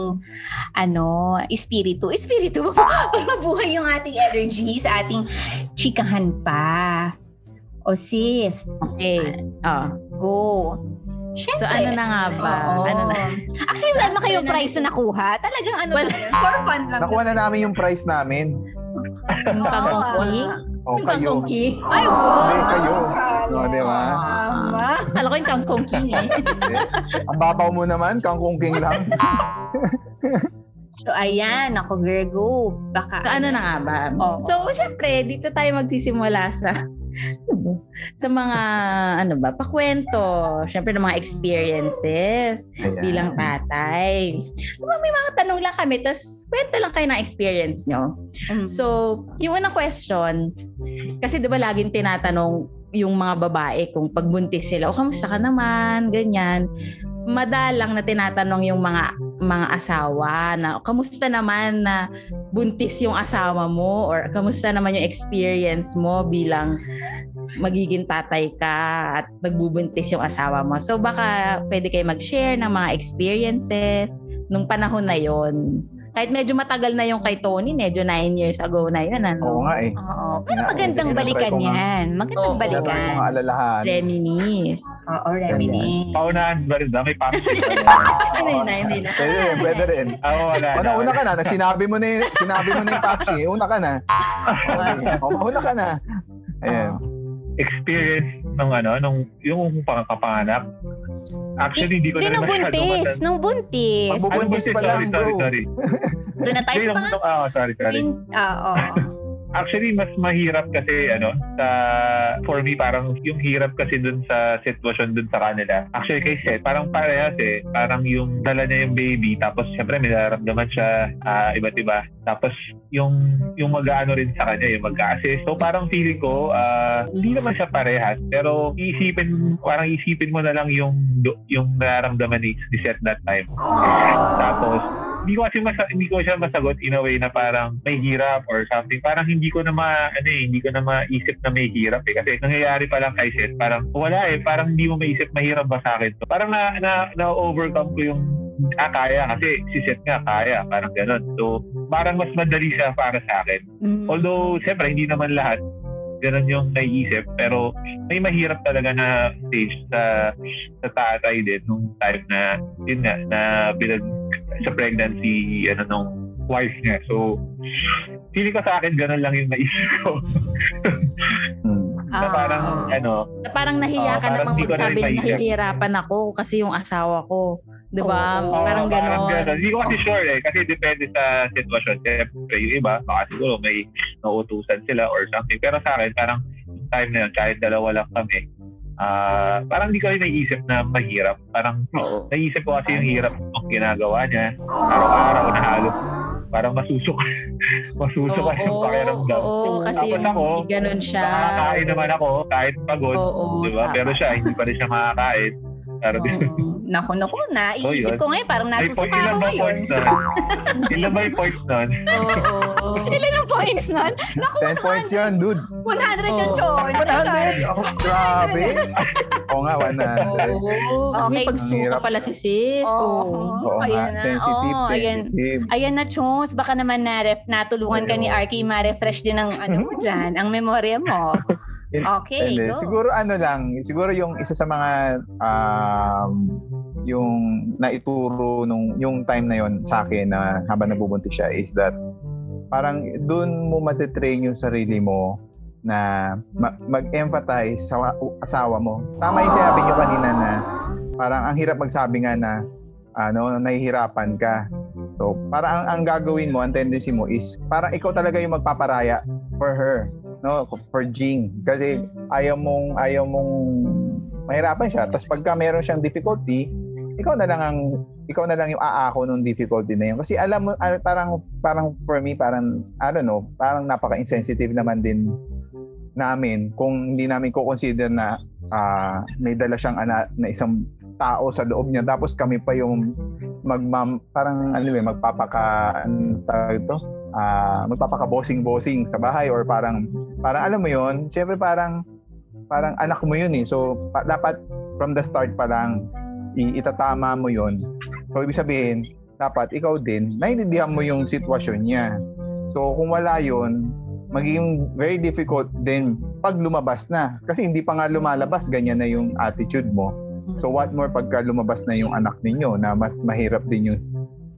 A: ano, espiritu. Espiritu ba? Pagkabuhay yung ating energy sa ating chikahan pa. O sis,
B: Okay. Oh.
A: go.
B: So
A: Siyempre.
B: ano na nga ba?
A: Oo.
B: Ano na?
A: Actually, wala na kayong prize na nakuha. Talagang ano,
B: Well,
A: for fun lang.
C: Nakuha na namin yung prize namin.
B: Yung kangkong
C: O
B: Yung
C: kayo.
B: kangkong ki.
A: Ay, wow.
C: Hindi, kayo. O, di ba?
E: Tama.
B: Kala ko yung kangkong ki eh.
C: Ang babaw mo naman, kangkong king lang.
A: So, ayan. Ako, girl, go.
B: So
A: Baka.
B: ano na nga ba?
A: Oo.
B: So syempre, dito tayo magsisimula sa sa mga ano ba, pakwento. Syempre ng mga experiences
C: Ayan.
B: bilang tatay. So may mga tanong lang kami, tapos kwento lang kayo ng experience nyo.
A: Mm.
B: So, yung unang question, kasi 'di ba laging tinatanong yung mga babae kung pagbuntis sila, o kamusta ka naman, ganyan. Madalang na tinatanong yung mga mga asawa na "O, kamusta naman na buntis yung asawa mo or kamusta naman yung experience mo bilang magiging tatay ka at nagbubuntis yung asawa mo. So baka pwede kayo mag-share ng mga experiences nung panahon na yon. Kahit medyo matagal na yung kay Tony, medyo nine years ago na yun. Ano?
C: Oo nga eh.
A: Oo. Pero
C: Ina-
A: magandang
C: tinatry
A: balikan
C: ko nga.
A: yan. Magandang
B: Oo.
C: Wala
A: balikan.
C: yung mga alalahan.
B: Reminis.
A: Oo, Remini.
D: Paunahan ba rin ba? May Papsi.
B: Ano yun, na, hindi na.
C: Pwede rin, pwede rin.
D: Ako wala na.
C: Una, una ka na, na sinabi mo na yung, sinabi mo na yung Pachi, una ka na. O, una ka na. Ayan.
B: Ah.
D: experience ng ano, nung, yung pangkapanganak. Actually, hindi ko
A: Hindi,
D: na rin
A: nung
D: masyado
A: buntis.
D: matan-
A: Nung buntis.
C: Magbubuntis
D: Ano, buntis,
C: pa lang,
D: sorry, sorry,
C: bro.
D: sorry.
A: Doon na tayo
D: Hindi,
A: sa
D: nung-
A: mga
D: nung- ah, sorry, sorry.
A: Win, ah, oo.
D: Actually, mas mahirap kasi, ano, sa, for me, parang yung hirap kasi dun sa sitwasyon dun sa kanila. Actually, kay Seth, parang parehas eh. Parang yung dala niya yung baby, tapos syempre may nararamdaman siya, ah, iba't iba. Tapos, yung, yung mag-ano rin sa kanya, yung mag-assist. So, parang feeling ko, ah, hindi naman siya parehas, pero isipin, parang isipin mo na lang yung, yung nararamdaman ni, ni Seth that time. Tapos, hindi ko kasi masa, hindi ko siya masagot in a way na parang may hirap or something. Parang hindi ko na ma, ano eh, hindi ko na maisip na may hirap eh. Kasi nangyayari pa lang kay Seth, parang wala eh, parang hindi mo maisip mahirap ba sa akin to. Parang na, na, na-overcome ko yung ah, kaya kasi si Seth nga kaya, parang ganun. So, parang mas madali siya para sa akin.
A: Mm.
D: Although, siyempre, hindi naman lahat ganun yung naiisip. Pero may mahirap talaga na stage sa, sa tatay din nung time na, yun nga, na bilag sa pregnancy, ano, nung wife niya. So, feeling ko sa akin, ganun lang yung naisip ko.
C: Hmm.
D: na parang,
A: Ah.
D: ano,
B: Na parang nahiya
D: Ah,
B: ka
D: parang
B: namang
D: hindi ko na
B: magsabi na
D: rin maisip.
B: nahihirapan ako kasi yung asawa ko. Di ba?
A: Oo.
B: parang
D: Oo,
B: gano'n.
D: ganun. Hindi ko kasi sure eh. Kasi depende sa sitwasyon. Siyempre, yung iba, baka siguro may nautusan sila or something. Pero sa akin, parang yung time na yun, kahit dalawa lang kami, ah parang hindi ko rin naisip na mahirap. Parang naisip ko kasi yung hirap ng ginagawa niya. Araw-araw na halos parang masusok. masusok kasi yung
B: Oo,
D: pakiramdam.
B: oo, kasi
D: Tapos
B: yung
D: ako,
B: ganun siya.
D: Nakakain naman ako kahit pagod.
B: Oo,
D: di ba?
B: tama.
D: Pero siya, hindi pa rin siya makakain. Pero
A: Mm. Naku, naku,
D: Oh,
A: naiisip
D: yun.
A: ko ngayon. Parang
D: May point,
A: nasusok
D: ilan
A: ako
D: ba
A: ngayon.
D: points nun? ilan ba yung points nun?
B: Oo.
A: Ilan ang points nun? Naku,
C: 10 points
A: ano
C: yun, dude.
A: 100 yun,
B: Oo.
A: John.
C: 100! Oh, grabe. Oo nga, 100.
B: Oo. Tapos may
A: Okay.
B: pagsuka
C: Hirap.
B: pala si sis. Oo.
C: Oo nga,
A: Oh, ayan na.
C: sensitive,
A: Oo, ayan.
C: sensitive.
A: Ayan na, Chons. Baka naman na natulungan ka ni Arky ma-refresh din ang ano mo dyan, ang memorya mo. Okay,
D: eh,
C: Hindi.
A: go.
C: Siguro ano lang, siguro yung isa sa mga um, yung naituro nung yung time na yon sa akin na habang nabubuntis siya is that parang doon mo matetrain yung sarili mo na ma- mag-empathize sa wa- asawa mo. Tama yung sinabi niyo kanina na parang ang hirap magsabi nga na ano, nahihirapan ka. So, para ang, ang gagawin mo, ang tendency mo is parang ikaw talaga yung magpaparaya for her, no, for Jing. Kasi ayaw mong ayaw mong mahirapan siya. Tapos pagka meron siyang difficulty, ikaw na lang ang ikaw na lang yung aako nung difficulty na yun. Kasi alam mo ah, parang parang for me parang I don't know, parang napaka-insensitive naman din namin kung hindi namin ko-consider na ah, may dala siyang ana, na isang tao sa loob niya tapos kami pa yung magmam parang ano eh magpapaka ano tawag ito Ah, magpapaka bossing-bossing sa bahay or parang parang alam mo yon syempre parang parang anak mo yun eh so pa- dapat from the start pa lang i- itatama mo yon so ibig sabihin dapat ikaw din naiintindihan mo yung sitwasyon niya so kung wala yon magiging very difficult din pag lumabas na kasi hindi pa nga lumalabas ganyan na yung attitude mo so what more pagka lumabas na yung anak ninyo na mas mahirap din yung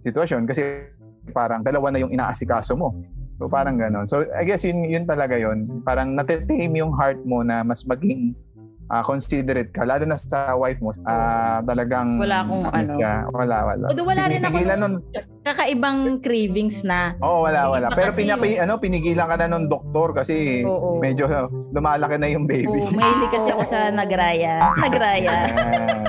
C: sitwasyon kasi parang dalawa na yung inaasikaso mo So parang ganon. So I guess yun, yun talaga yun. Parang natetame yung heart mo na mas maging ah, considerate ka. Lalo na sa wife mo. Ah, talagang...
B: Wala akong ano.
C: Hmm, ka. Wala, wala.
B: Although wala rin ako
C: Pinigilan nun.
B: Kakaibang cravings na.
C: Oo, wala, wala.
B: Iba
C: Pero
B: kasi
C: pinapi,
B: yun.
C: ano, pinigilan ka na nung doktor kasi
B: Oo.
C: medyo lumalaki na yung baby.
B: Oo, mahilig kasi ako sa nagraya. Nagraya.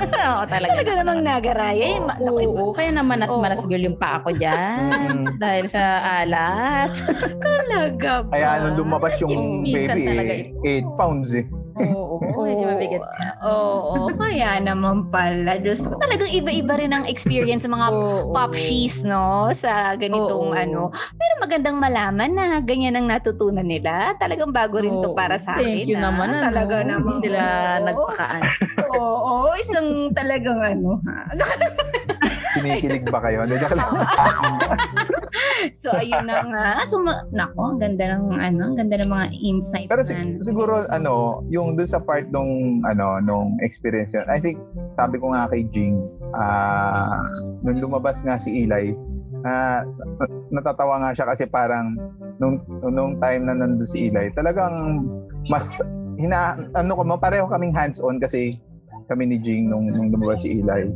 C: Ah.
B: Oo, talaga.
E: Talaga namang nagaraya. eh. Ma- naku,
B: Oo, kaya naman nas manas yung pa ako dyan.
C: Mm.
B: dahil sa alat.
E: Talaga ba?
C: Kaya
D: ano
C: nung lumabas yung
B: Minsan
C: baby,
B: talaga
C: eh, 8 pounds eh.
B: Oo, oo,
E: Oo.
B: hindi mabigat.
A: Oo, kaya naman pala. Diyos ko, talagang iba-iba rin ang experience sa mga
B: Oo.
A: pop she's, no? Sa ganitong
B: Oo.
A: ano. Pero magandang malaman na ganyan ang natutunan nila. Talagang bago rin to
B: Oo.
A: para sa akin.
B: Thank you
A: ah.
B: naman. ano.
A: Talaga
B: Hindi
A: naman.
B: Sila
E: Oo.
B: nagpakaan.
E: Oo, oo, isang talagang ano ha.
C: Kinikilig ba kayo? Hindi, joke lang.
A: So, ayun na nga. So, ma- nako, ang ganda ng ano, ang ganda ng mga insights
C: Pero
A: na.
C: sig- siguro ano, yung dun sa part nung ano nung experience yun, I think sabi ko nga kay Jing, ah nung lumabas nga si Eli, ah, natatawa nga siya kasi parang nung nung time na nandoon si Eli, talagang mas hina ano ko pareho kaming hands-on kasi kami ni Jing nung nung lumabas si Eli.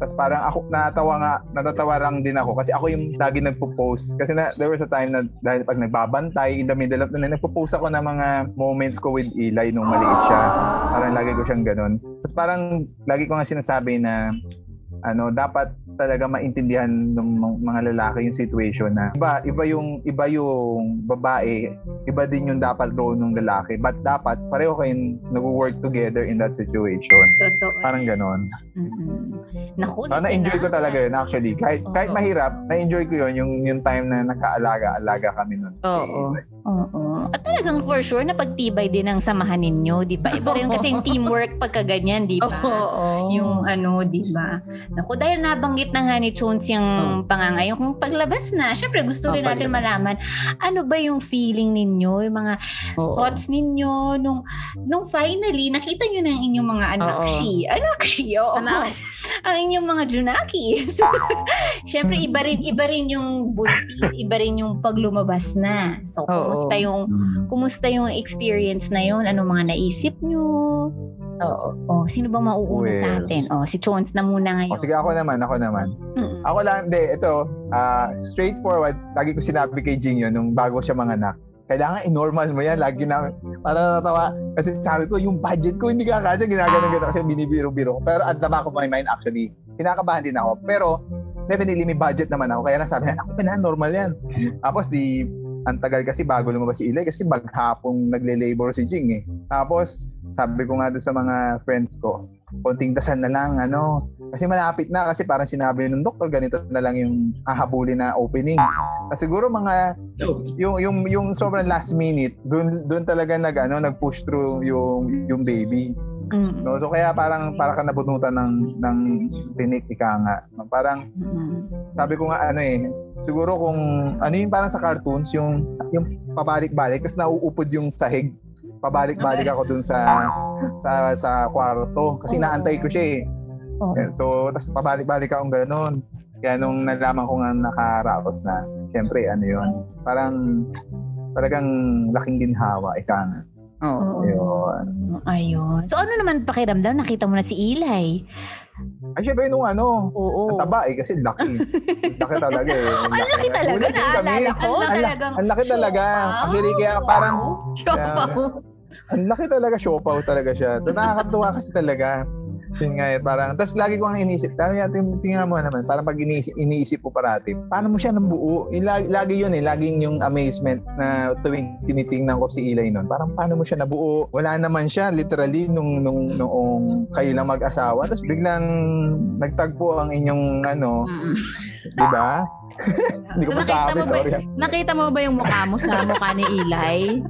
C: Tapos parang ako natatawa nga, natatawa lang din ako kasi ako yung lagi nagpo-post kasi na there was a time na dahil pag nagbabantay in the middle of the night nagpo-post ako ng mga moments ko with Eli nung maliit siya. Parang lagi ko siyang ganun. Tapos parang lagi ko nga sinasabi na ano, dapat talaga maintindihan ng mga- mga lalaki yung situation na iba iba yung iba yung babae, iba din yung dapat role ng lalaki. But dapat pareho kayong nag-work together in that situation.
A: Totoo.
C: Parang ganon.
A: Mm-mm. Naku,
C: Ah,
A: listen
C: na-enjoy
A: ah.
C: ko talaga yun actually. Kahit,
A: Oo.
C: kahit mahirap, na-enjoy ko yun yung, yung time na nakaalaga-alaga kami nun.
B: Oo.
A: Oo. At talagang for sure, napagtibay din ang samahan ninyo, di ba? Iba rin kasi yung teamwork pagka ganyan, di ba?
B: Oo.
A: Yung ano, di ba? Naku, dahil nabanggit na nga ni Jones yung pangangayon. Kung paglabas na, syempre gusto
B: Oh,
A: rin natin
B: paglabas.
A: malaman, ano ba yung feeling ninyo ninyo, yung mga
B: Oo.
A: thoughts ninyo nung nung finally nakita niyo na ang inyong mga anakshi. Anakshi, oo.
B: Anak.
A: ang inyong mga junaki. So,
C: Ah.
A: syempre iba rin iba rin yung buntis, iba rin yung paglumabas na. So,
B: Oo.
A: kumusta yung kumusta yung experience na yun? Anong mga naisip niyo?
B: Oo.
A: Oh, sino bang mauuna sa
C: Well.
A: atin? Oh, si Chons na muna ngayon.
C: O sige, ako naman, ako naman.
A: Mm.
C: Ako lang, hindi, ito, ah, straightforward, lagi ko sinabi kay Jing yun nung bago siya manganak. Kailangan i-normal mo yan, lagi na, para natawa. Kasi sabi ko, yung budget ko, hindi ka kasi ginagano gano'n kasi binibiro-biro ko. Pero at the back of my mind, actually, kinakabahan din ako. Pero, definitely, may budget naman ako. Kaya lang sabi, ako pala, normal yan. Tapos, di, ang tagal kasi bago lumabas si Ilay kasi maghapong nagle-labor si Jing eh. Tapos, sabi ko nga doon sa mga friends ko, konting dasan na lang, ano, kasi malapit na kasi parang sinabi nung doktor ganito na lang yung hahabulin na opening. Ah, siguro mga yung yung yung sobrang last minute, doon doon talaga nag ano, nag-push through yung yung baby.
A: Mm.
C: No? So kaya parang para ka nabunutan ng ng tinik ika nga. No, Parang
A: Mm.
C: sabi ko nga ano eh, siguro kung ano yung parang sa cartoons yung yung pabalik-balik kasi nauupod yung sahig. Pabalik-balik ako dun sa sa sa kwarto kasi inaantay ko siya eh.
A: Oo.
C: Ayan, So, tapos pabalik-balik akong ganun. Kaya nung nalaman ko nga nakaraos na, syempre, ano yun, parang, talagang laking ginhawa, ika nga.
A: Oo.
B: Oo.
C: Ayun.
A: Ayun. So ano naman pakiramdam? Nakita mo na si Ilay.
C: Ay, syempre, nung ano,
A: Oo.
C: ang taba eh, kasi laki. laki talaga eh. Ang laki
E: talaga,
C: Sulit din kami.
E: naalala ko.
C: Ang, la-
A: Talagang
C: ang laki talaga.
A: siopaw.
C: Actually, kaya parang,
B: Siopaw.
C: ang laki talaga, siopaw talaga siya. So, nakakatuwa kasi talaga. Yun nga eh, parang, tapos lagi ko ang iniisip, lagi natin, tingnan mo naman, parang pag iniisip, iniisip ko parati, paano mo siya nabuo? Eh, lagi, lagi yun eh, laging yung amazement na tuwing tinitingnan ko si Ilay noon, parang paano mo siya nabuo? Wala naman siya, literally, nung, nung, noong kayo lang mag-asawa, tapos biglang nagtagpo ang inyong, ano,
B: Mm.
C: di ba? Hindi ko
B: So, Ah. nakita
C: masabi,
B: mo ba,
C: sorry.
B: nakita mo ba yung mukha mo sa mukha ni Eli?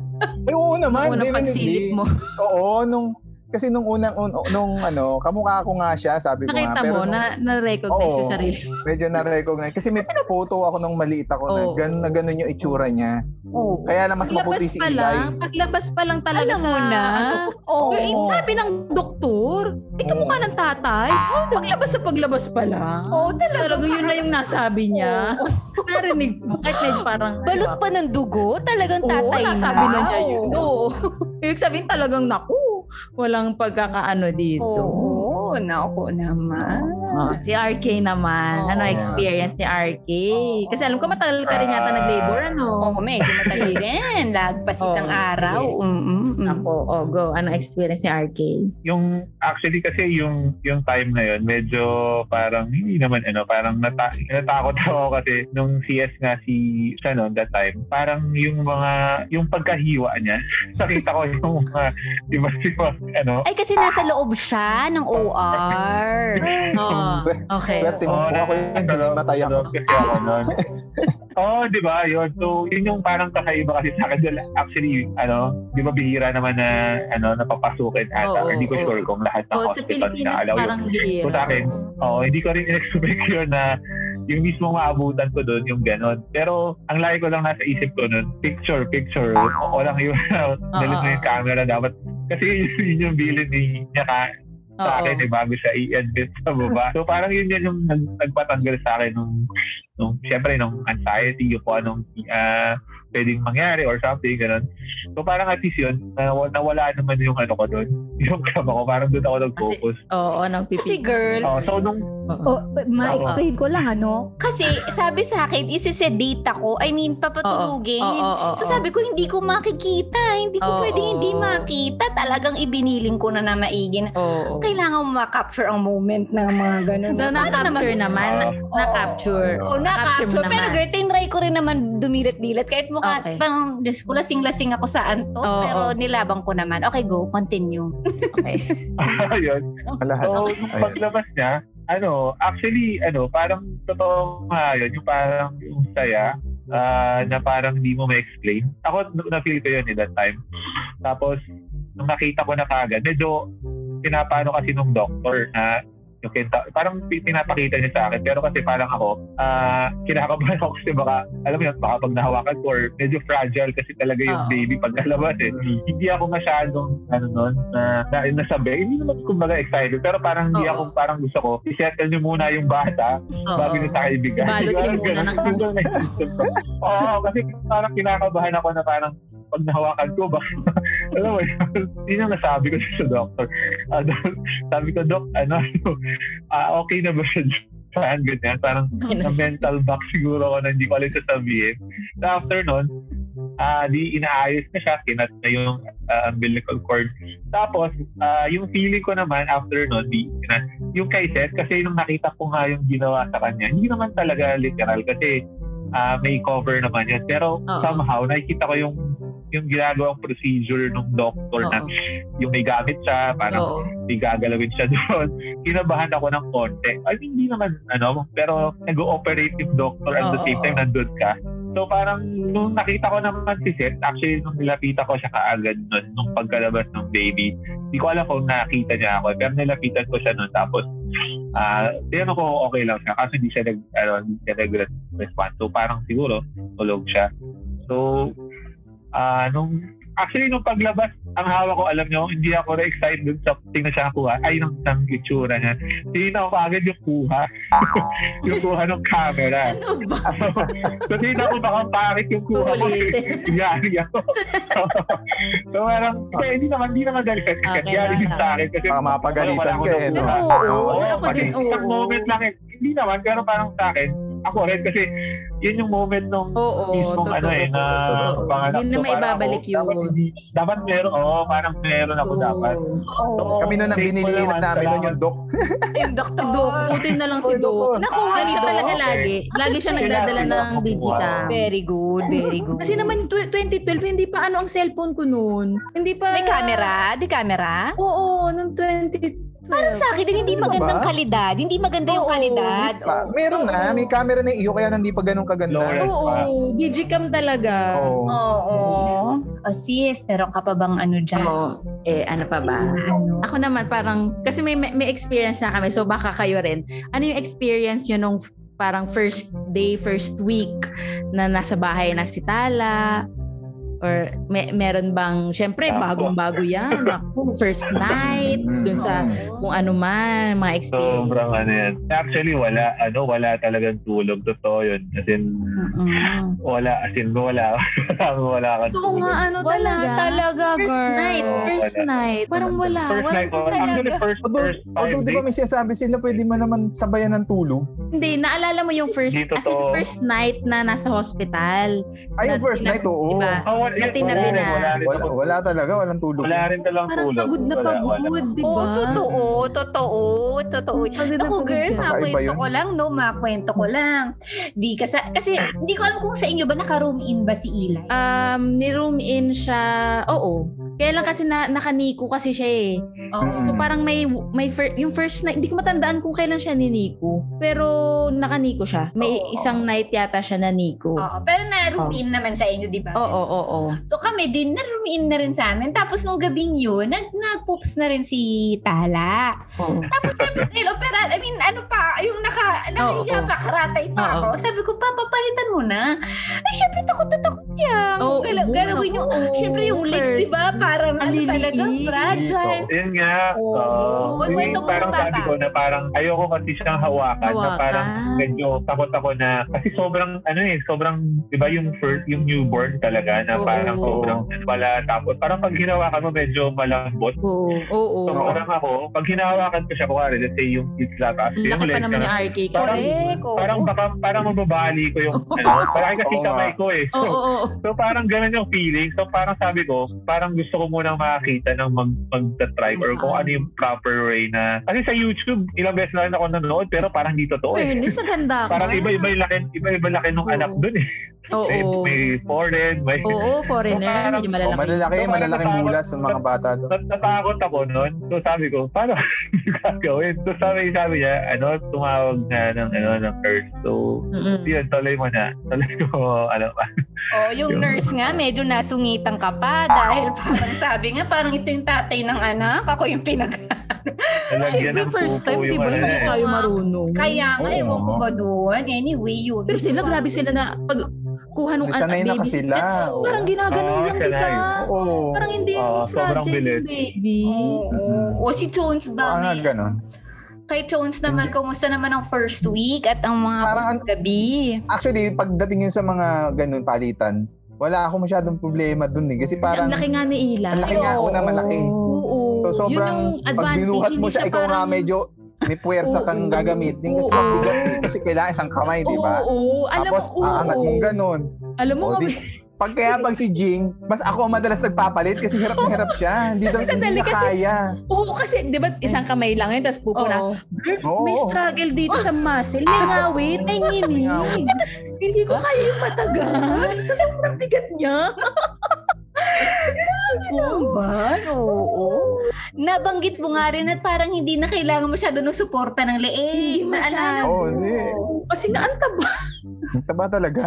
C: Ay, oo naman,
B: Unang
C: definitely.
B: pagsilip mo.
C: Oo, nung, kasi nung unang, un, nung ano, kamukha ko nga siya, sabi ko
B: Nakita
C: nga. Pero
B: mo,
C: nung-
B: na, na-recognize
C: Oo.
B: yung sarili.
C: medyo na-recognize. Kasi may photo ako nung maliit ako na
B: Oo.
C: ganun na ganun yung itsura niya.
A: Oo.
C: Kaya lang mas
B: Paglabas
C: mabuti si
B: pa lang,
C: Eli.
B: paglabas pa lang talaga
A: Alam
B: sa...
A: mo na.
B: Oh,
A: Oo.
B: sabi ng doktor, ikaw
C: Oo.
B: mukha ng tatay. Oh, paglabas sa paglabas pa lang.
E: Oo, talaga.
B: Talagang yun na yung nasabi niya. Narinig mo. Kahit medyo parang... ano
E: Balot pa ng dugo? Talagang tatay
B: Oo,
E: na.
B: nasabi na niya yun.
E: Oo.
B: Oo. Ibig sabihin talagang, naku, walang pagkakaano dito.
A: Oo, nako naman.
B: Oh, si RK
A: Oo.
B: naman. Ano experience ni RK? Kasi alam ko matagal ka rin yata
D: Ah.
B: nag-labor, ano?
A: Oo, medyo matagal din. Lagpas isang
B: Oo,
A: araw.
B: sige.
A: Mm-mm.
B: Ako, oh, go. Ano experience ni RK?
D: yung actually kasi yung yung time na yun medyo parang hindi naman ano parang nata- natakot ako kasi nung CS nga si siya noon that time parang yung mga yung pagkahiwa niya nakita ko yung mga di ba si ano
A: Ay, kasi nasa loob siya ng OR.
B: Oo. Okay.
C: Swerte mo po ako yun, hindi
D: nagkaroon-
C: matay ako.
D: nagkaroon kasi ako noon. Oo, di ba? Yun. So, yun yung parang kakaiba kasi sa akin. Dahil Actually, ano, di ba bihira naman na, ano, napapasukin ata.
B: Oo,
D: Hindi ko
B: oo.
D: sure kung lahat ng
B: Oh, sa
D: hospital
B: Pilipinas
D: inaalaw yun.
B: parang bihira.
D: So, sa akin, Oo, hindi ko rin in-expect yun na yung mismo maabutan ko doon, yung ganon. Pero ang lagi ko lang nasa isip ko noon, picture, picture. Oo lang yun. Dalit na yung camera dapat. Kasi yun- yun yung bilin ni, niya ka,
B: Oo.
D: sa akin eh, bago siya i-admit sa baba. So parang yun yan yung nag- nagpatanggal sa akin nung, nung syempre, nung anxiety, yung kung anong ah, pwedeng mangyari or something, ganun. So parang at least yun, nawa- nawala naman yung ano ko doon, yung kama ko. Parang doon ako nag-focus.
B: Oo, nagpipi.
E: Kasi girl,
D: Oo, so nung
A: Oh,
B: Oo.
A: ma-explain ko lang ano. Kasi sabi sa akin, isisedate ako. I mean, papatulugin.
B: Oo, oo, oo.
A: So sabi ko, hindi ko makikita. Hindi ko
B: Oo.
A: pwedeng hindi makita. Talagang ibiniling ko na na maigi na
B: Oo.
A: kailangan mo ma-capture ang moment ng mga ganun.
B: So, na-capture naman. Na-capture.
A: Oh,
B: Capture
A: na-capture.
B: mo
A: Pero
B: naman.
A: girl, tinry ko rin naman dumilat-dilat. Kahit mukha,
B: Okay.
A: parang, Diyos ko, lasing-lasing ako sa anto.
B: Oo,
A: pero
B: oo.
A: nilabang ko naman. Okay, go. Continue.
B: Okay.
D: yun,
C: Lahat.
D: So, nung
C: Ayun.
D: paglabas niya, ano, actually, ano, parang totoo nga yun, yung parang yung saya ah, na parang hindi mo ma-explain. Ako, n- na-feel ko yun eh that time. Tapos, nung nakita ko na kagad, medyo pinapano kasi nung doctor na You can ta- parang pi- pinapakita niya sa akin. Pero kasi parang ako, ah kinakabahan ako kasi baka, alam mo yun, baka pag nahawakan ko or medyo fragile kasi talaga yung
B: Oo.
D: baby pag nalabas eh. Hindi ako masyadong, ano nun, na, na nasabay. Hindi naman kumbaga excited. Pero parang
B: Oo.
D: hindi ako, parang gusto ko, isettle niyo muna yung bata
B: Oo.
D: bago niyo sa kaibigan.
B: Balot niyo
D: Parang
B: muna
D: ganun.
B: ng
D: Oo, kasi parang kinakabahan ako na parang pag nahawakan ko, baka, alam mo, yun, yun ang nasabi ko sa doctor. Ah, doc, sabi ko, Doc, ano, ah, okay na ba siya? Parang ganyan, parang na mental back siguro ako na hindi ko alam sasabihin. So after nun, ah di inaayos na siya, kinat na yung ah, umbilical cord. Tapos, ah yung feeling ko naman after nun, di, na, yung kay Seth, kasi nung nakita ko nga yung ginawa sa kanya, hindi naman talaga literal kasi ah, may cover naman yun. Pero
B: Oo.
D: somehow, nakikita ko yung yung ginagawang procedure ng doctor na
B: Oo.
D: yung may gamit siya, parang
B: Oo.
D: may gagalawin siya doon. Kinabahan ako ng konti. I mean, hindi naman, ano, pero nag-ooperate yung doctor at the
B: Oo,
D: same time
B: oo.
D: nandun ka. So parang nung nakita ko naman si Seth, actually nung nilapitan ko siya kaagad nun, nung pagkalabas ng baby, di ko alam kung nakita niya ako. Pero nilapitan ko siya nun tapos Ah, tinanong ko okay lang siya kasi hindi siya nag ano, hindi siya nag-response. So parang siguro tulog siya. So ah nung actually nung paglabas, ang hawa ko alam niyo, hindi ako na excited dun sa tingnan siya kuha. Ay nang sang itsura niya. Tingnan ko agad yung kuha. yung kuha ng camera.
E: Ano ba?
D: so tingnan ko baka pangit yung kuha ko.
B: Ulitin.
D: Yari ako. so parang, hindi naman, hindi naman dahil kasi
B: Okay
D: yari
B: lang.
D: din sa akin. Kasi
C: Baka mapagalitan
D: wala
C: ka eh. No?
D: akong-
E: Oo.
B: Oo,
D: Oo,
B: ako
D: pag
B: din,
D: isang
B: oo.
D: moment lang eh. Hindi naman, pero parang sa akin, ako rin kasi yun yung moment nung
B: Oo,
D: mismong
B: totoo.
D: ano eh, na
B: totoo.
D: panganak
B: Hindi na
D: ko, parang
B: maibabalik
D: ako,
B: yun.
D: Dapat, hindi- dapat meron, oo, parang meron ako
B: Oo.
D: dapat.
E: Oo.
D: Oo,
C: Kami nun ang
D: thank you
C: binilihan
D: naman,
C: namin nun
D: salamat.
C: yung doc.
E: Yung doktor.
B: Doc, putin na lang si Doc.
E: Nakuha
B: Lagi
E: ni
B: siya
E: Doc.
B: talaga
D: Okay.
B: lagi. Lagi siya nagdadala
D: eh. Kailangan
B: ng
D: ko
B: digitam.
E: Very good, very good.
B: Kasi naman tw- 2012, hindi pa ano ang cellphone ko noon. Hindi pa...
E: May camera? Di camera?
B: Oo, noong 2012.
E: Parang sa akin din, hindi
C: Ano ba?
E: magandang kalidad. Hindi maganda yung
B: Oo.
E: kalidad.
C: Pa, meron na, may camera na iyo kaya hindi pa ganun kaganda.
D: Lower.
B: Oo, digicam talaga.
C: Oo.
A: Oo.
E: Oh, sis, meron ka pa bang ano dyan?
B: Oo. Eh, ano pa ba?
E: Ano?
B: Ako naman parang, kasi may, may experience na kami, so baka kayo rin. Ano yung experience nyo nung f- parang first day, first week na nasa bahay na si Tala? Or may, meron bang, syempre,
D: Ako.
B: bagong-bago yan. Ako, first night, dun sa kung ano man, mga experience.
D: Sobrang ano yan. Actually, wala, ano, wala talagang tulog. Totoo yun. As in,
A: Mm-mm.
D: wala, as in, wala. wala kang
B: So,
D: tulog.
B: nga, ano
E: Wala
B: talaga?
E: talaga,
B: First
E: girl.
B: night,
D: Oo,
B: first
D: wala.
B: night. Parang wala.
D: First
B: wala
D: night, wala.
E: talaga.
D: actually, first,
C: Although,
D: first five
C: although di ba
D: days,
C: may sinasabi sila, pwede man naman sabayan ng tulog.
B: Hindi, naalala mo yung first,
D: Hindi
B: as in,
D: totoo.
B: first night na nasa hospital.
C: Ay, yung
B: Na-
C: first
B: na-
C: night, oo.
B: diba?
D: oh, wala,
B: Na tinabi
D: wala rin,
B: na.
D: Wala rin,
C: Wala,
D: ako-
C: wala talaga, walang tulog. Oh,
D: wala rin talang
B: Parang
D: tulog.
B: pagod na
D: Wala, wala.
B: pagod, di ba?
E: Oo, totoo, totoo, totoo.
B: Pagod na
A: Ako
B: pagod
A: girl,
B: siya.
C: Kakaiba
A: makwento
C: yun.
A: ko lang, no? Makwento ko lang. Di kasi, kasi hindi ko alam kung sa inyo ba naka-room in ba si Eli?
B: Um, ni-room in siya, oo. Kaya lang kasi na, nakaniko kasi siya eh.
A: Oo.
B: So parang may, may fir- yung first night, hindi ko matandaan kung kailan siya niniko. Pero nakaniko siya. May
A: Oo. Ah.
B: isang night yata siya na niko.
A: Oo. Pero na-room in naman sa inyo, di ba?
B: Oo, oo, oo.
A: So kami din, na-room in na rin sa amin. Tapos nung gabing yun, nag nag-poops na rin si Tala.
B: Oo.
A: Tapos syempre, dahil opera, I mean, ano pa, yung naka, nakahiga
B: Oo, oo.
A: pa, karatay pa
B: Oo.
A: ako. Sabi ko, papapalitan mo na. Ay, syempre, takot na takot yan.
B: Oo,
A: Gala,
B: oo,
A: galawin yung,
B: oo.
A: syempre, yung legs,
B: First.
A: di ba? Parang, ano
B: Ang
A: talaga,
B: liliit.
A: fragile.
D: Yun nga.
A: Oo.
D: Oo.
A: Huwag
D: Yun
A: kwento
D: yung
A: mo
D: parang
A: na, Papa.
D: sabi ko na parang ayoko kasi siyang hawakan, na
B: Hawakan.
D: parang medyo takot ako na kasi sobrang ano eh, sobrang 'di ba yung first yung newborn talaga na
B: Oo.
D: parang sobrang wala tapos parang pag hinawakan mo medyo malambot.
B: Oo, oo.
D: So parang ako, pag hinawakan ko siya kuwari, let's say yung kids lang tapos
B: Ang
D: yung
B: Laki pa
D: legs,
B: naman
D: parang-
B: yung RK kasi.
E: Correct, oo.
D: Parang baka parang mababali ko yung ano, parang kasi
C: Oo nga.
D: kamay ko eh.
B: Oo, oo, oo.
D: So parang ganun yung feeling. So parang sabi ko, parang gusto ko munang makakita ng mag magta-try or kung ano yung proper way na. Kasi sa YouTube, ilang beses na rin ako nanood pero parang hindi totoo eh.
B: Fairness, ang ganda ka.
D: Parang iba-iba yung laki, iba-iba laki nung
B: Oo.
D: anak dun eh.
B: Oo,
D: May, may forehead, may...
B: oo, foreigner,
D: Parang-
B: medyo
C: Oh,
B: malalaki.
C: malalaki,
D: So,
C: malalaking
D: parang
C: bulas ng mga bata. doon.
D: Nat- Natakot ako noon. So sabi ko, paano hindi ko gagawin? So sabi, sabi niya, ano, tumawag na ng, ano, ng nurse. So,
B: Mm-mm.
D: yun, tuloy mo na. Tuloy ko, ano,
A: Oh, yung nurse nga, medyo nasungitan ka pa dahil parang sabi nga, parang ito yung tatay ng anak, ako yung pinag...
D: Nalagyan ng
B: Siyempre, first time,
D: pupo
B: di
D: yung
B: ba?
D: ano
B: Hindi
D: eh.
B: tayo marunong.
A: Kaya nga,
C: Oo.
A: ewan ko ba doon. Anyway, yun.
B: Pero sila, grabe sila na pag kuha nung anak,
C: Sanay
B: baby.
C: na
B: oh,
C: kasi sila. oo.
B: Parang ginaganon
D: Oo,
B: lang, di ba?
D: sanay.
C: Oo.
B: Parang hindi
D: Oo, sobrang
B: fragile
D: bilis.
B: yung baby.
A: Oo. O si Jones
C: Baka
A: ba?
C: nga
A: may-
C: ganun.
A: Kay Jones naman, kumusta naman ang first week at ang mga
C: Parang-
A: gabi?
C: Actually, pagdating yun sa mga ganun palitan, wala ako masyadong problema dun eh. Kasi parang,
B: ang laki nga ni Ila.
C: ang laki nga,
A: Oo.
C: una malaki.
B: Oo.
C: So, sobrang,
B: Yun yung
C: pag
B: advantage,
C: binuhat mo
B: hindi
C: siya, ikaw nga
B: parang-
C: medyo may puwersa kang
B: Oo.
C: gagamit. Yung kasi
B: Oo.
C: mabigat eh. Kasi kailangan isang kamay, di ba?
B: Oo, oo. Alam
C: Tapos,
B: mo, oo.
C: aangat mong ganun.
B: Alam mo,
C: O, di, pag kaya pag si Jing, mas ako ang madalas nagpapalit kasi hirap na hirap siya. Hindi daw hindi
B: sandali
C: niya
B: kasi-
C: kaya.
B: oo kasi, di ba, isang kamay lang yun, tapos pupo na.
A: Oo.
C: Oo.
B: May struggle dito sa muscle. May ngawit, may nginig. Hindi ko kaya yung matagal. Sa sobrang bigat niya.
A: Ano ba? Oo. Nabanggit mo nga rin at parang hindi na kailangan masyado ng suporta ng leeg.
B: Hindi
A: Naalala
C: Oo,
A: mo.
C: hindi.
B: Kasi naantaba
C: Ang Taba talaga.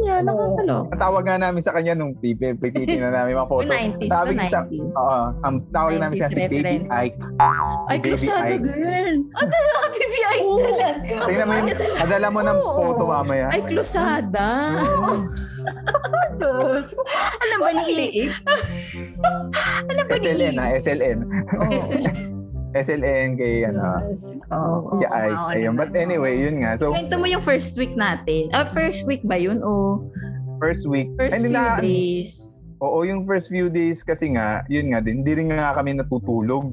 B: niya.
A: Oo.
B: Nakakalo.
C: Ang tawag nga namin sa kanya nung tipe, pagtitin na namin mga photo.
B: 90s
C: Sabi
B: to
C: ko sa-
B: 90.
C: Oo, ang tawag namin siya si
B: 90s
C: Baby
B: reference.
C: Ike.
B: Ay,
C: Baby
B: krusado,
C: Ike.
B: girl.
A: TBI
B: Oo.
A: talaga.
C: Tingnan mo yun, adala mo ng
A: Oo.
C: photo mamaya.
B: Ay, klusada.
A: Diyos. Alam ba ni
B: Maliit.
A: Alam ba ni
C: SLN ah, SLN. SLN kay ano,
A: Oo. diba?
C: si Ike. Ayun.
B: ano
C: But anyway, yun nga. So,
B: Kwento mo yung first week natin. Ah, first week ba yun? O
C: first week.
B: first
C: Ay,
B: few
C: hindi na-
B: days?
C: Oo, yung first few days kasi nga, yun nga din, hindi rin nga kami natutulog.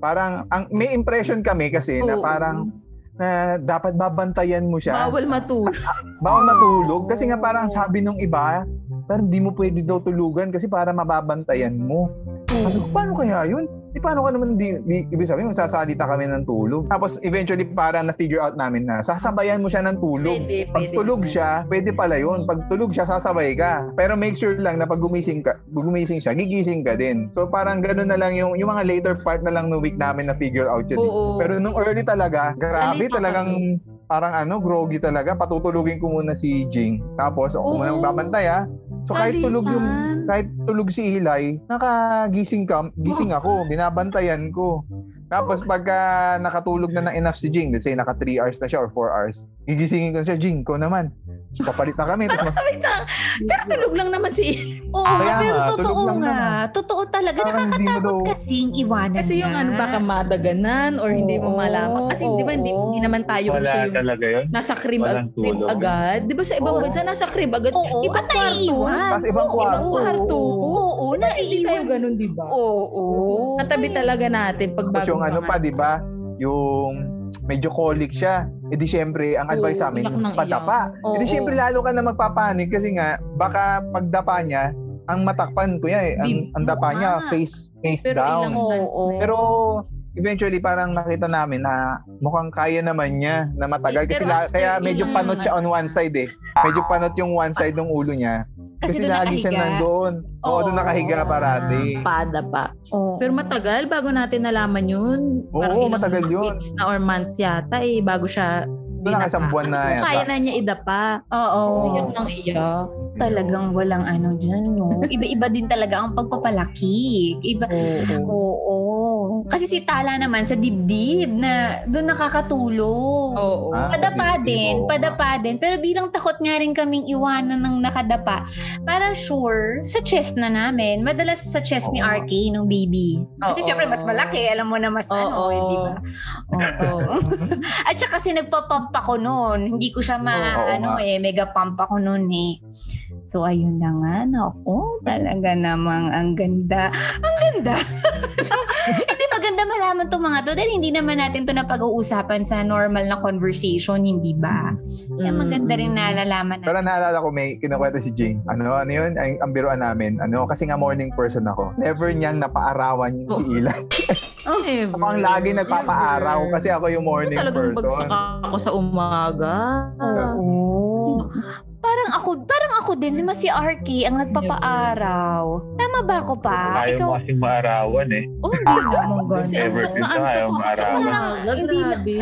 C: Parang, ang may impression kami kasi na
B: Oo.
C: parang, na dapat babantayan mo siya.
B: Bawal matulog. Hmm.
C: Bawal matulog. Kasi nga parang sabi nung iba, parang di mo pwede daw tulugan kasi para mababantayan mo. Ano, paano kaya yun? Di paano ka naman, di, di, ibig sabihin, magsasalita kami ng tulog. Tapos eventually para na-figure out namin na sasabayan mo siya ng tulog.
B: Pwede,
C: Pag
B: pwede.
C: tulog siya, pwede pala yun. Pag tulog siya, sasabay ka. Pero make sure lang na pag gumising ka, pag gumising siya, gigising ka din. So parang ganun na lang yung, yung mga later part na lang ng week namin na figure out yun.
B: Oo.
C: Pero nung early talaga, grabe
B: Salita
C: talagang parang ano, groggy talaga. Patutulugin ko muna si Jing. Tapos ako muna
B: Oo.
C: magbabantay ah. So kahit
B: Salitan.
C: tulog yung kahit tulog si Ilay, nakagising ka, gising ako, binabantayan ko. Tapos pagka nakatulog na ng enough si Jing, let's say naka 3 hours na siya or 4 hours, gigisingin ko na siya, Jing, ko naman. So, papalit na kami. Tapos, ma-
B: Pero tulog lang naman si
A: Oo,
C: Kaya
A: pero
C: nga,
A: totoo
C: tulog lang
A: nga.
C: naman.
A: Totoo talaga.
C: Parang hindi mo
A: Nakakatakot
C: daw-
A: kasing iwanan
B: Kasi yung
A: na.
B: ano baka madaganan or hindi mo
A: Oo,
B: malaman. Kasi di ba hindi,
A: oo.
B: hindi naman tayo
D: Wala
B: kasi yung
D: talaga yun.
B: nasa crib,
D: Walang
B: crib
D: tulog.
B: agad. Di ba sa ibang
A: Oo.
B: bansa nasa crib agad?
A: Oo,
B: Ibang
A: at naiiwan.
C: Tapos ibang
A: Oo,
C: kwarto.
A: ibang
B: kwarto.
A: Oo,
B: Hindi tayo
A: naiiwan.
B: ganun, di ba?
A: Oo.
B: Katabi talaga natin pag
C: tapos
B: bago
C: yung ano pa, di ba? Yung medyo colic siya. E di syempre, ang
B: Oo,
C: advice sa amin,
B: iyak ng
C: patapa.
A: Oo.
C: E di syempre, lalo ka na magpapanik kasi nga, baka pagdapa niya, ang matakpan ko yan eh. Ang,
A: Di-
C: ang dapa
A: mukha.
C: niya, face face
B: Pero
C: down.
B: ilang
A: Oo,
B: months
A: oo.
B: na yun.
C: Pero eventually parang nakita namin na mukhang kaya naman niya na matagal kasi
B: Pero
C: la-
B: after
C: kaya medyo
A: mm.
B: ilang
C: panot siya on one side eh. Medyo panot yung one side ng ulo niya.
A: Kasi
C: Kasi,
A: doon
C: lagi siya
A: nakahiga.
C: nandoon. Oo, doon
A: Oo.
C: nakahiga parati.
B: Pada pa.
A: Oo.
B: Pero matagal bago natin nalaman yun.
C: Oo,
B: ilang
C: matagal yun.
B: Weeks na or months yata eh, bago siya
C: Doon naka isang buwan
B: Kasi
C: na
B: kung
C: yata.
B: kaya na niya idapa.
A: Oo.
B: Kasi yun ang iyak.
A: Talagang walang ano dyan, no? Iba-iba din talaga ang pagpapalaki. Iba,
C: Oo.
A: oo. Kasi si Tala naman sa dibdib na doon nakakatulong.
B: Oo.
C: Ah.
A: Padapa
C: dibdib,
A: din,
C: oo.
A: padapa din. Pero bilang takot nga rin kaming iwanan ng nakadapa, parang sure, sa chest na namin. Madalas sa chest ni
C: Oo.
A: RK nung baby. Kasi
B: Oo.
A: syempre mas malaki, alam mo na mas ano,
B: Oo.
A: eh, di ba? Oo. At saka kasi nagpa-pump ako noon. Hindi ko siya ma,
C: Oo, oo
A: ano
C: nga.
A: eh, mega pump ako noon eh. So ayun na nga, naku, talaga namang ang ganda. Ang ganda. hindi maganda malaman tong mga to dahil hindi naman natin to napag-uusapan sa normal na conversation, hindi ba?
C: mm,
A: Kaya maganda rin nalalaman natin.
C: Pero naalala ko may kinakwento si Jing. Ano, ano yun? Ang, ang biruan namin. Ano, kasi nga morning person ako. Never niyang napaarawan si Ila.
A: Oh,
C: Ako ang lagi nagpapaaraw kasi ako yung morning
B: Talagang
C: person.
B: bagsak ako sa umaga.
A: Oo. Parang ako, parang ako din, si Mas si RK ang nagpapaaraw. Tama ba ako pa?
D: Ayaw mo kasing maarawan eh.
A: oh, hindi naman
D: Ever
A: ganun.
D: since, ayaw
B: Maantok
D: maarawan.
B: ako sa umaga.
A: Hindi na-
B: Grabe.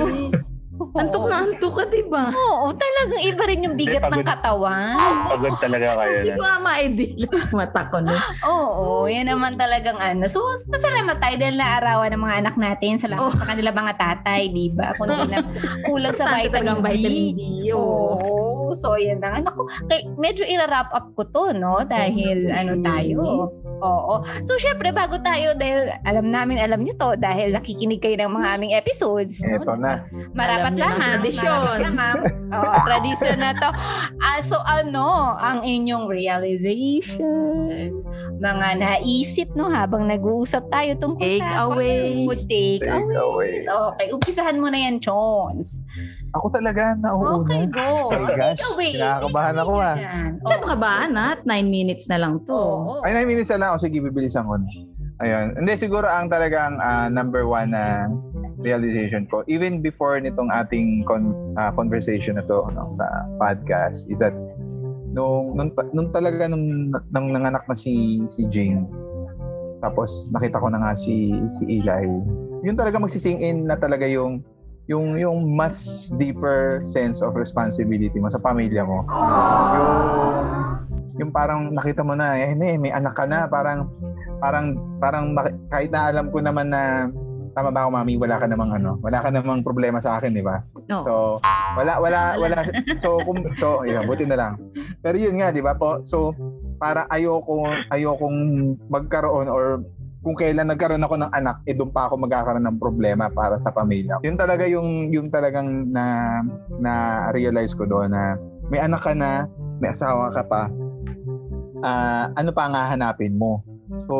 B: Antok na antok ka, diba? di ba?
A: Oo, talagang iba rin yung bigat ng
D: Hindi, pagod.
A: katawan.
D: Pagod talaga kayo.
B: Hindi ko nga ma-idea yung mata ko nun.
A: Oo, yan naman talagang ano. So, pasalamat tayo dahil naarawan ng mga anak natin. Salamat sa kanila mga tatay, di ba? Kundi lang kulang sa
B: Bastante
A: vitamin
B: talagang vitamin
A: D.
B: D. oo.
A: Oo, so yan na. Anak ko, kay, medyo i-wrap up ko to, no? Dahil ano
C: Mm-hmm.
A: tayo. Oo. So, syempre, bago tayo, dahil alam namin, alam nyo to, dahil nakikinig kayo ng mga aming episodes. no?
C: Mm-hmm. Eto na.
A: Marapat
B: Alam niyo
A: lamang.
B: ang tradisyon.
A: Marapat lamang. Oo, tradisyon na to. Ah, so ano ang inyong realization? Mga naisip no habang nag-uusap tayo tungkol
B: Take
A: sa
B: away.
A: fatherhood take
C: Take away.
A: aways. Okay, umpisahan mo na yan, Jones.
C: Ako talaga nauuna.
A: Okay, go.
C: Oh my gosh,
A: Take away.
C: kinakabahan
A: Take
C: ako,
A: away
C: ah.
A: ka dyan.
B: Saan ka ba, Nat? Nine minutes na lang to.
A: Oo.
C: Ay, nine minutes na lang ako. Sige, bibilisan ko. na. Ayun. Hindi, siguro ang talagang ah, number one na realization ko, even before nitong ating con- ah, conversation na to ano, sa podcast, is that nung, nung, ta- nung talaga nung, nung nanganak na si, si Jane, tapos nakita ko na nga si, si Eli, yun talaga magsising in na talaga yung yung yung mas deeper sense of responsibility mo sa pamilya mo. Yung Mm-hmm. yung parang nakita mo na eh, eh, may anak ka na parang parang parang maki- kahit na alam ko naman na tama ba ako mami wala ka namang ano wala ka namang problema sa akin di ba
B: Oo.
C: so wala wala wala so kung so yeah, buti na lang pero yun nga di ba po so para ayoko ayokong magkaroon or kung kailan nagkaroon ako ng anak eh doon pa ako magkakaroon ng problema para sa pamilya yun talaga yung yung talagang na na realize ko doon na may anak ka na may asawa ka pa ah, ano pa ang hahanapin mo. So,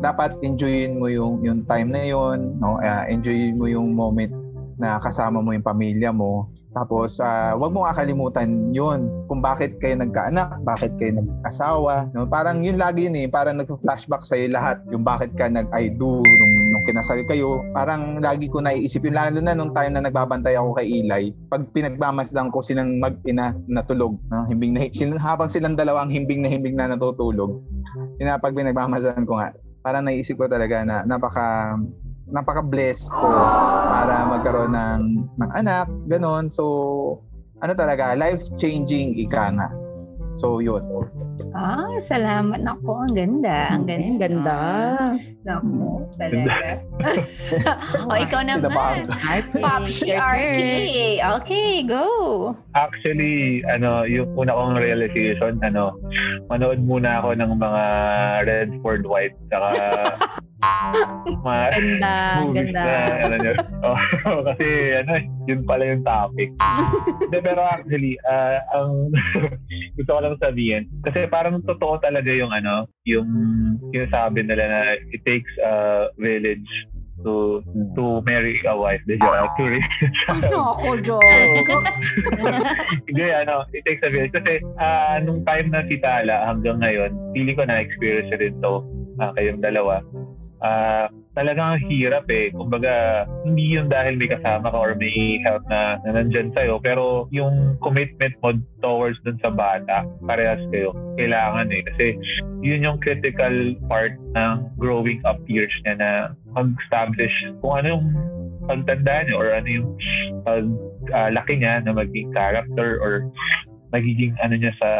C: dapat enjoyin mo yung yung time na yon, no? Ah, enjoyin mo yung moment na kasama mo yung pamilya mo. Tapos, ah, wag mong kakalimutan yon kung bakit kayo nagkaanak, bakit kayo nagkasawa. No? Parang yun lagi yun eh. Parang nagpa-flashback sa'yo lahat yung bakit ka nag-I do nung, nung kinasal kayo. Parang lagi ko naiisip yun. Lalo na nung time na nagbabantay ako kay Eli. Pag pinagmamasdan ko silang mag-ina natulog. No? Himbing na, sin- habang silang dalawang himbing na himbing na natutulog. Yun na pag pinagmamasdan ko nga. Parang naisip ko talaga na napaka napaka-blessed ko para magkaroon ng, ng anak, ganun. So, ano talaga, life-changing ika nga. So, yun.
A: Ah, salamat nako. Ang ganda. Ang ganda.
C: Mm,
B: Ang ganda.
A: Nako, talaga. o, Oh, ikaw
C: Sila
A: naman. Pop PRK. Okay, go.
D: Actually, ano, yung una kong realization, ano, manood muna ako ng mga Redford White, saka mga
B: Ganda,
D: movies
B: ganda.
D: na, ano nyo. Oh, kasi, ano, yun pala yung topic. Hindi, pero actually, ah, ang gusto ko lang sabihin, kasi parang totoo talaga yung, ano, yung sinasabi nila na it takes a village to to marry a wife. Di ba? To raise a child.
A: Ano Ako, Diyos.
D: Hindi, ano, it takes a village. Kasi ah, nung time na si Tala hanggang ngayon, pili ko na-experience na rin to ah, kayong dalawa. Ah, talagang ang hirap eh. Kumbaga, hindi yun dahil may kasama ka or may help na, na nandyan sa'yo. Pero yung commitment mo towards dun sa bata, parehas kayo. Kailangan eh. Kasi yun yung critical part ng growing up years niya na mag-establish kung ano yung pagtanda niya or ano yung pag ah, laki niya na maging character or magiging ano niya sa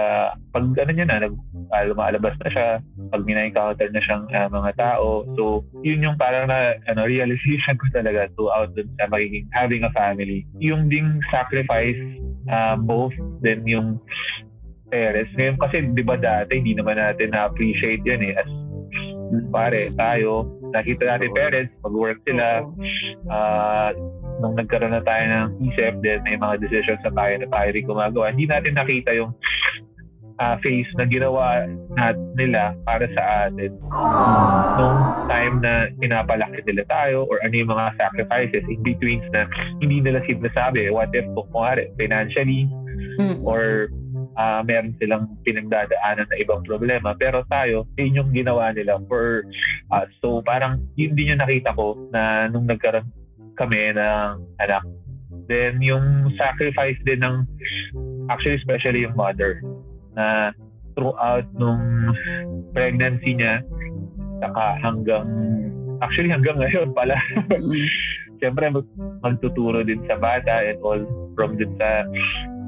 D: pag ano niya na nag ah, lumalabas na siya pag mina-encounter na siyang ah, mga tao so yun yung parang na ano realization ko talaga throughout dun sa magiging having a family yung ding sacrifice ah, both then yung parents ngayon kasi di ba dati hindi naman natin na-appreciate yun eh as pare tayo nakita natin parents mag-work sila ah nung nagkaroon na tayo ng isip then may mga decisions na tayo na tayo rin gumagawa hindi natin nakita yung ah, face na ginawa nat nila para sa atin nung time na pinapalaki nila tayo or ano yung mga sacrifices in betweens na hindi nila sinasabi what if kung kumari financially or ah, meron silang pinagdadaanan na ibang problema pero tayo yun yung ginawa nila for us so parang yun din yung nakita ko na nung nagkaroon kami ng anak. Then yung sacrifice din ng actually especially yung mother na throughout nung pregnancy niya saka hanggang actually hanggang ngayon pala
B: Mm.
D: syempre, mag- magtuturo din sa bata and all from dun sa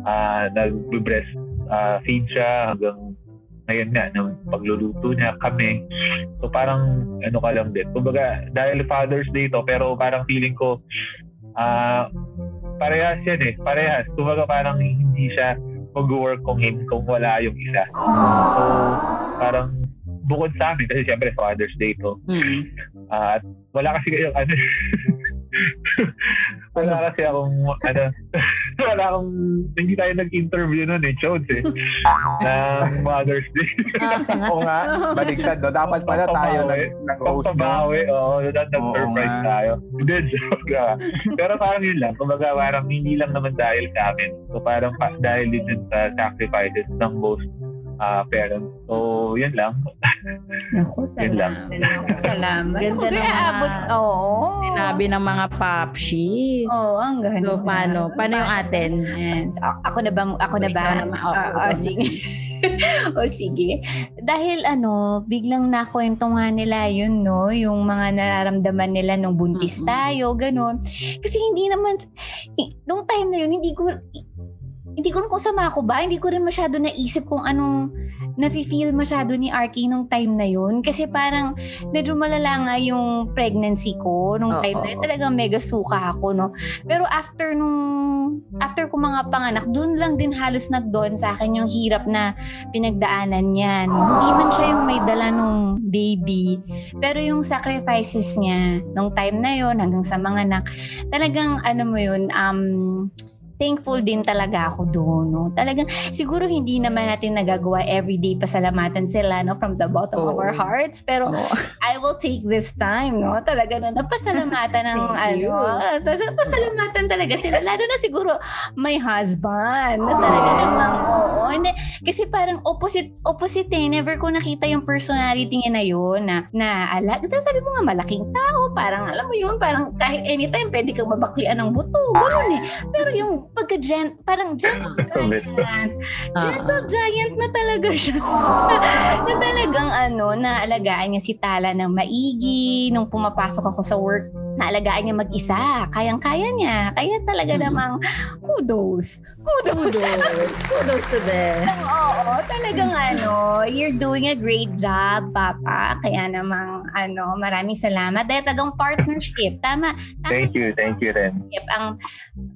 D: uh, nag-breast ah, feed siya hanggang ngayon nga, ng pagluluto niya kami. So parang ano ka lang din. Kumbaga, dahil Father's Day to, pero parang feeling ko ah parehas yan eh. Parehas. Kumbaga parang hindi siya mag-work kung, hin- kung wala yung isa. So parang bukod sa amin, kasi syempre Father's Day to.
B: Mm.
D: Ah, At wala kasi kayong ano. wala kasi akong ano. wala akong hindi tayo nag-interview nun eh, Chodes eh. ng Mother's Day.
C: Oo nga, baligtad. No? Dapat pala tayo
D: Pampabawi.
C: nag- nag-host no?
D: Pagpabawi, oo. That, that
C: Oh, Oo
D: oh, surprise
C: nga.
D: tayo. Hindi, joke ah. Pero parang yun lang. Kumbaga parang hindi lang naman dahil sa amin. So parang pa, dahil din yun sa sacrifices ng most ah, parents. So yun lang.
A: Naku,
D: Yun lang.
A: salamat. Naku, salamat.
B: Ganda
A: Naku,
B: ng
A: kaya
B: mga-
A: abot. Oo.
B: Sinabi ng mga papshis.
A: Oo, ang ganda.
B: So, paano? Paano yung atin?
A: Ayan. So, a- ako na ba? Ako na ba?
B: Ikaw naman. Oo,
A: Ah,
B: ikaw
A: ah,
B: na.
A: sige. o sige. Dahil ano, biglang nakwento nga nila yun, no? Yung mga nararamdaman nila nung buntis
B: Mm-mm.
A: tayo, ganun. Kasi hindi naman, eh, nung time na yun, hindi ko, hindi ko rin kung sama ko ba, hindi ko rin masyado naisip kung anong nafe-feel masyado ni Arky nung time na yun. Kasi
B: Mm-hmm.
A: parang medyo malala nga yung pregnancy ko nung
B: Oo.
A: time na yun. Talagang mega suka ako, no? Pero after nung, after ko mga panganak, dun lang din halos nagdon sa akin yung hirap na pinagdaanan niya. No? Hindi man siya yung may dala nung baby, pero yung sacrifices niya nung time na yon hanggang sa mga anak, talagang ano mo yun, um, thankful din talaga ako doon. No? Talagang siguro hindi naman natin nagagawa everyday pasalamatan sila no? from the bottom of
B: Oo.
A: our hearts. Pero
B: Oo.
A: I will take this time, no? Talaga na napasalamatan ng
B: Thank you.
A: ano. Tas Napasalamatan talaga sila. Lalo na siguro my husband. Na talaga namang oo. Hindi, kasi parang opposite, opposite eh. Never ko nakita yung personality niya na yun. Na, na ala. Tapos sabi mo nga, malaking tao. Parang alam mo yun, parang kahit anytime pwede kang mabaklian ng buto. Ganun eh. Pero yung pagka gen, parang gentle giant.
B: Ah.
A: Gentle giant na talaga siya. na talagang ano, naalagaan niya si Tala ng maigi. Nung pumapasok ako sa work, naalagaan niya mag-isa. Kayang-kaya niya. Kaya talaga
B: Mm.
A: namang kudos. Kudos.
B: Kudos. Kudos to them.
A: Oo, talagang ano, you're doing a great job, Papa. Kaya namang ano, maraming salamat. Dahil talagang partnership. Tama.
C: Ah.
D: Thank you. Thank you rin.
A: Partnership. Ang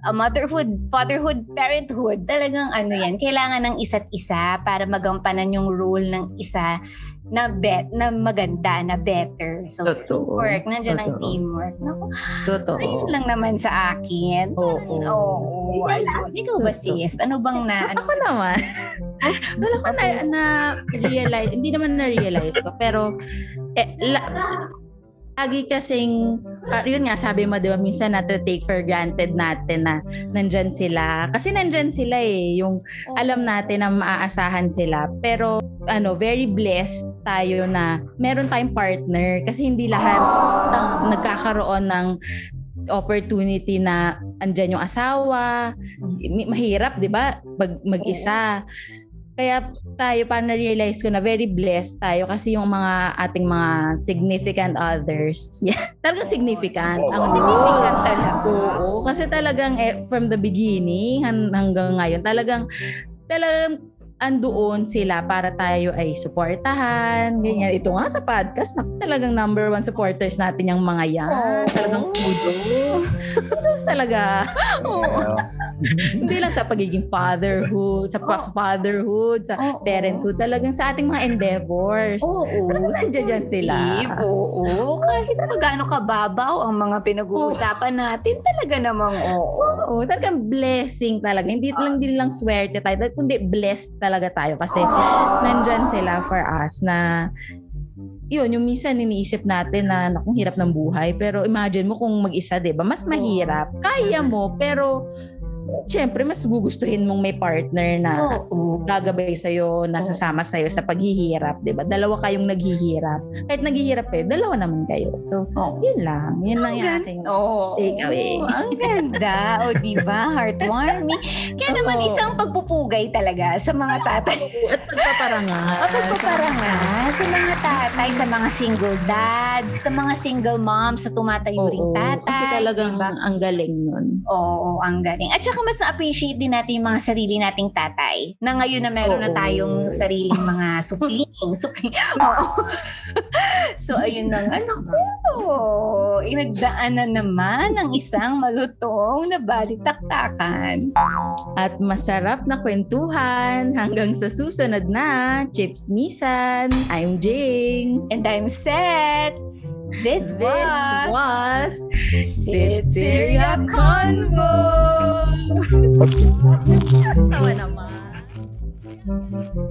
A: uh, motherhood, fatherhood, parenthood, talagang ano yan. Kailangan ng isa't isa para magampanan yung role ng isa na bet na maganda na better so
B: Totoo.
A: teamwork nandiyan ang
B: Totoo.
A: teamwork naku
B: Totoo.
A: ayun lang naman sa akin
B: Oo.
A: Parang, oo ayun ikaw ba
B: Totoo.
A: sis ano bang na ano
B: Ako naman. Wala ko na, na realize, hindi naman na realize ko, pero eh, la, lagi kasing, par- yun nga, sabi mo, di ba, minsan take for granted natin na nandyan sila. Kasi nandyan sila eh, yung alam natin na maaasahan sila. Pero, ano, very blessed tayo na meron tayong partner kasi hindi lahat nagkakaroon ng opportunity na andyan yung asawa. Mi- Mahirap, di ba? Mag- mag-isa. Kaya tayo, parang na-realize ko na very blessed tayo kasi yung mga ating mga significant others, yeah, talagang significant.
A: Oh,
C: Oo.
B: Ang
A: significant talaga
B: Oo, kasi talagang eh, from the beginning han- hanggang ngayon, talagang talagang andoon sila para tayo ay suportahan. Ganyan. Ito nga sa podcast, na, talagang number one supporters natin yung mga yan.
A: Oo.
B: Talagang kudos. kudos talaga.
C: Oo.
B: Hindi lang sa pagiging fatherhood, sa pa- fatherhood, sa
A: Oo.
B: parenthood, talagang sa ating mga endeavors.
A: Oo,
B: Talagang nandiyan dyan sila.
A: supportive, Oo, kahit pa gaano kababaw ang mga pinag-uusapan natin, talaga namang oo.
B: Oo, talagang blessing talaga. Hindi lang din lang swerte tayo, tal- kundi blessed talaga tayo kasi nandyan sila for us na yun, yung minsan iniisip natin na nakong hirap ng buhay. Pero imagine mo kung mag-isa, di ba? Mas mahirap. Kaya mo, pero syempre mas gugustuhin mong may partner na
A: Oo.
B: gagabay sa'yo, nasasama sa'yo sa paghihirap, di ba? Dalawa kayong naghihirap. Kahit naghihirap kayo, dalawa naman kayo. So,
A: Oo.
B: yun lang. Yun lang yung
A: Ang
B: ating...
A: ganda. Oo.
B: Take away.
A: Ang ganda. O, di ba? Heartwarming. Kaya naman
B: Oo.
A: isang pagpupugay talaga sa mga tatay.
B: At pagpaparangal.
A: O, pagpaparangal sa mga tatay, sa mga single dads, sa mga single moms, sa tumatayo
B: Oo,
A: ring tatay.
B: Kasi talagang
A: diba?
B: ang galing nun.
A: Oo, ang galing. At saka mas na-appreciate din natin yung mga sarili nating tatay. Na ngayon na meron na
B: Oo.
A: tayong sariling mga supling. supling. Oo. so, ayun na nga. Naku! Inagdaan na naman ang isang malutong na balitaktakan.
B: At masarap na kwentuhan. Hanggang sa susunod na, Chips Misan. I'm Jing.
A: And I'm set. This,
B: This
A: was,
B: was
A: Cecilia
B: Cecilia
A: Convo.
B: Convo. Tawa naman.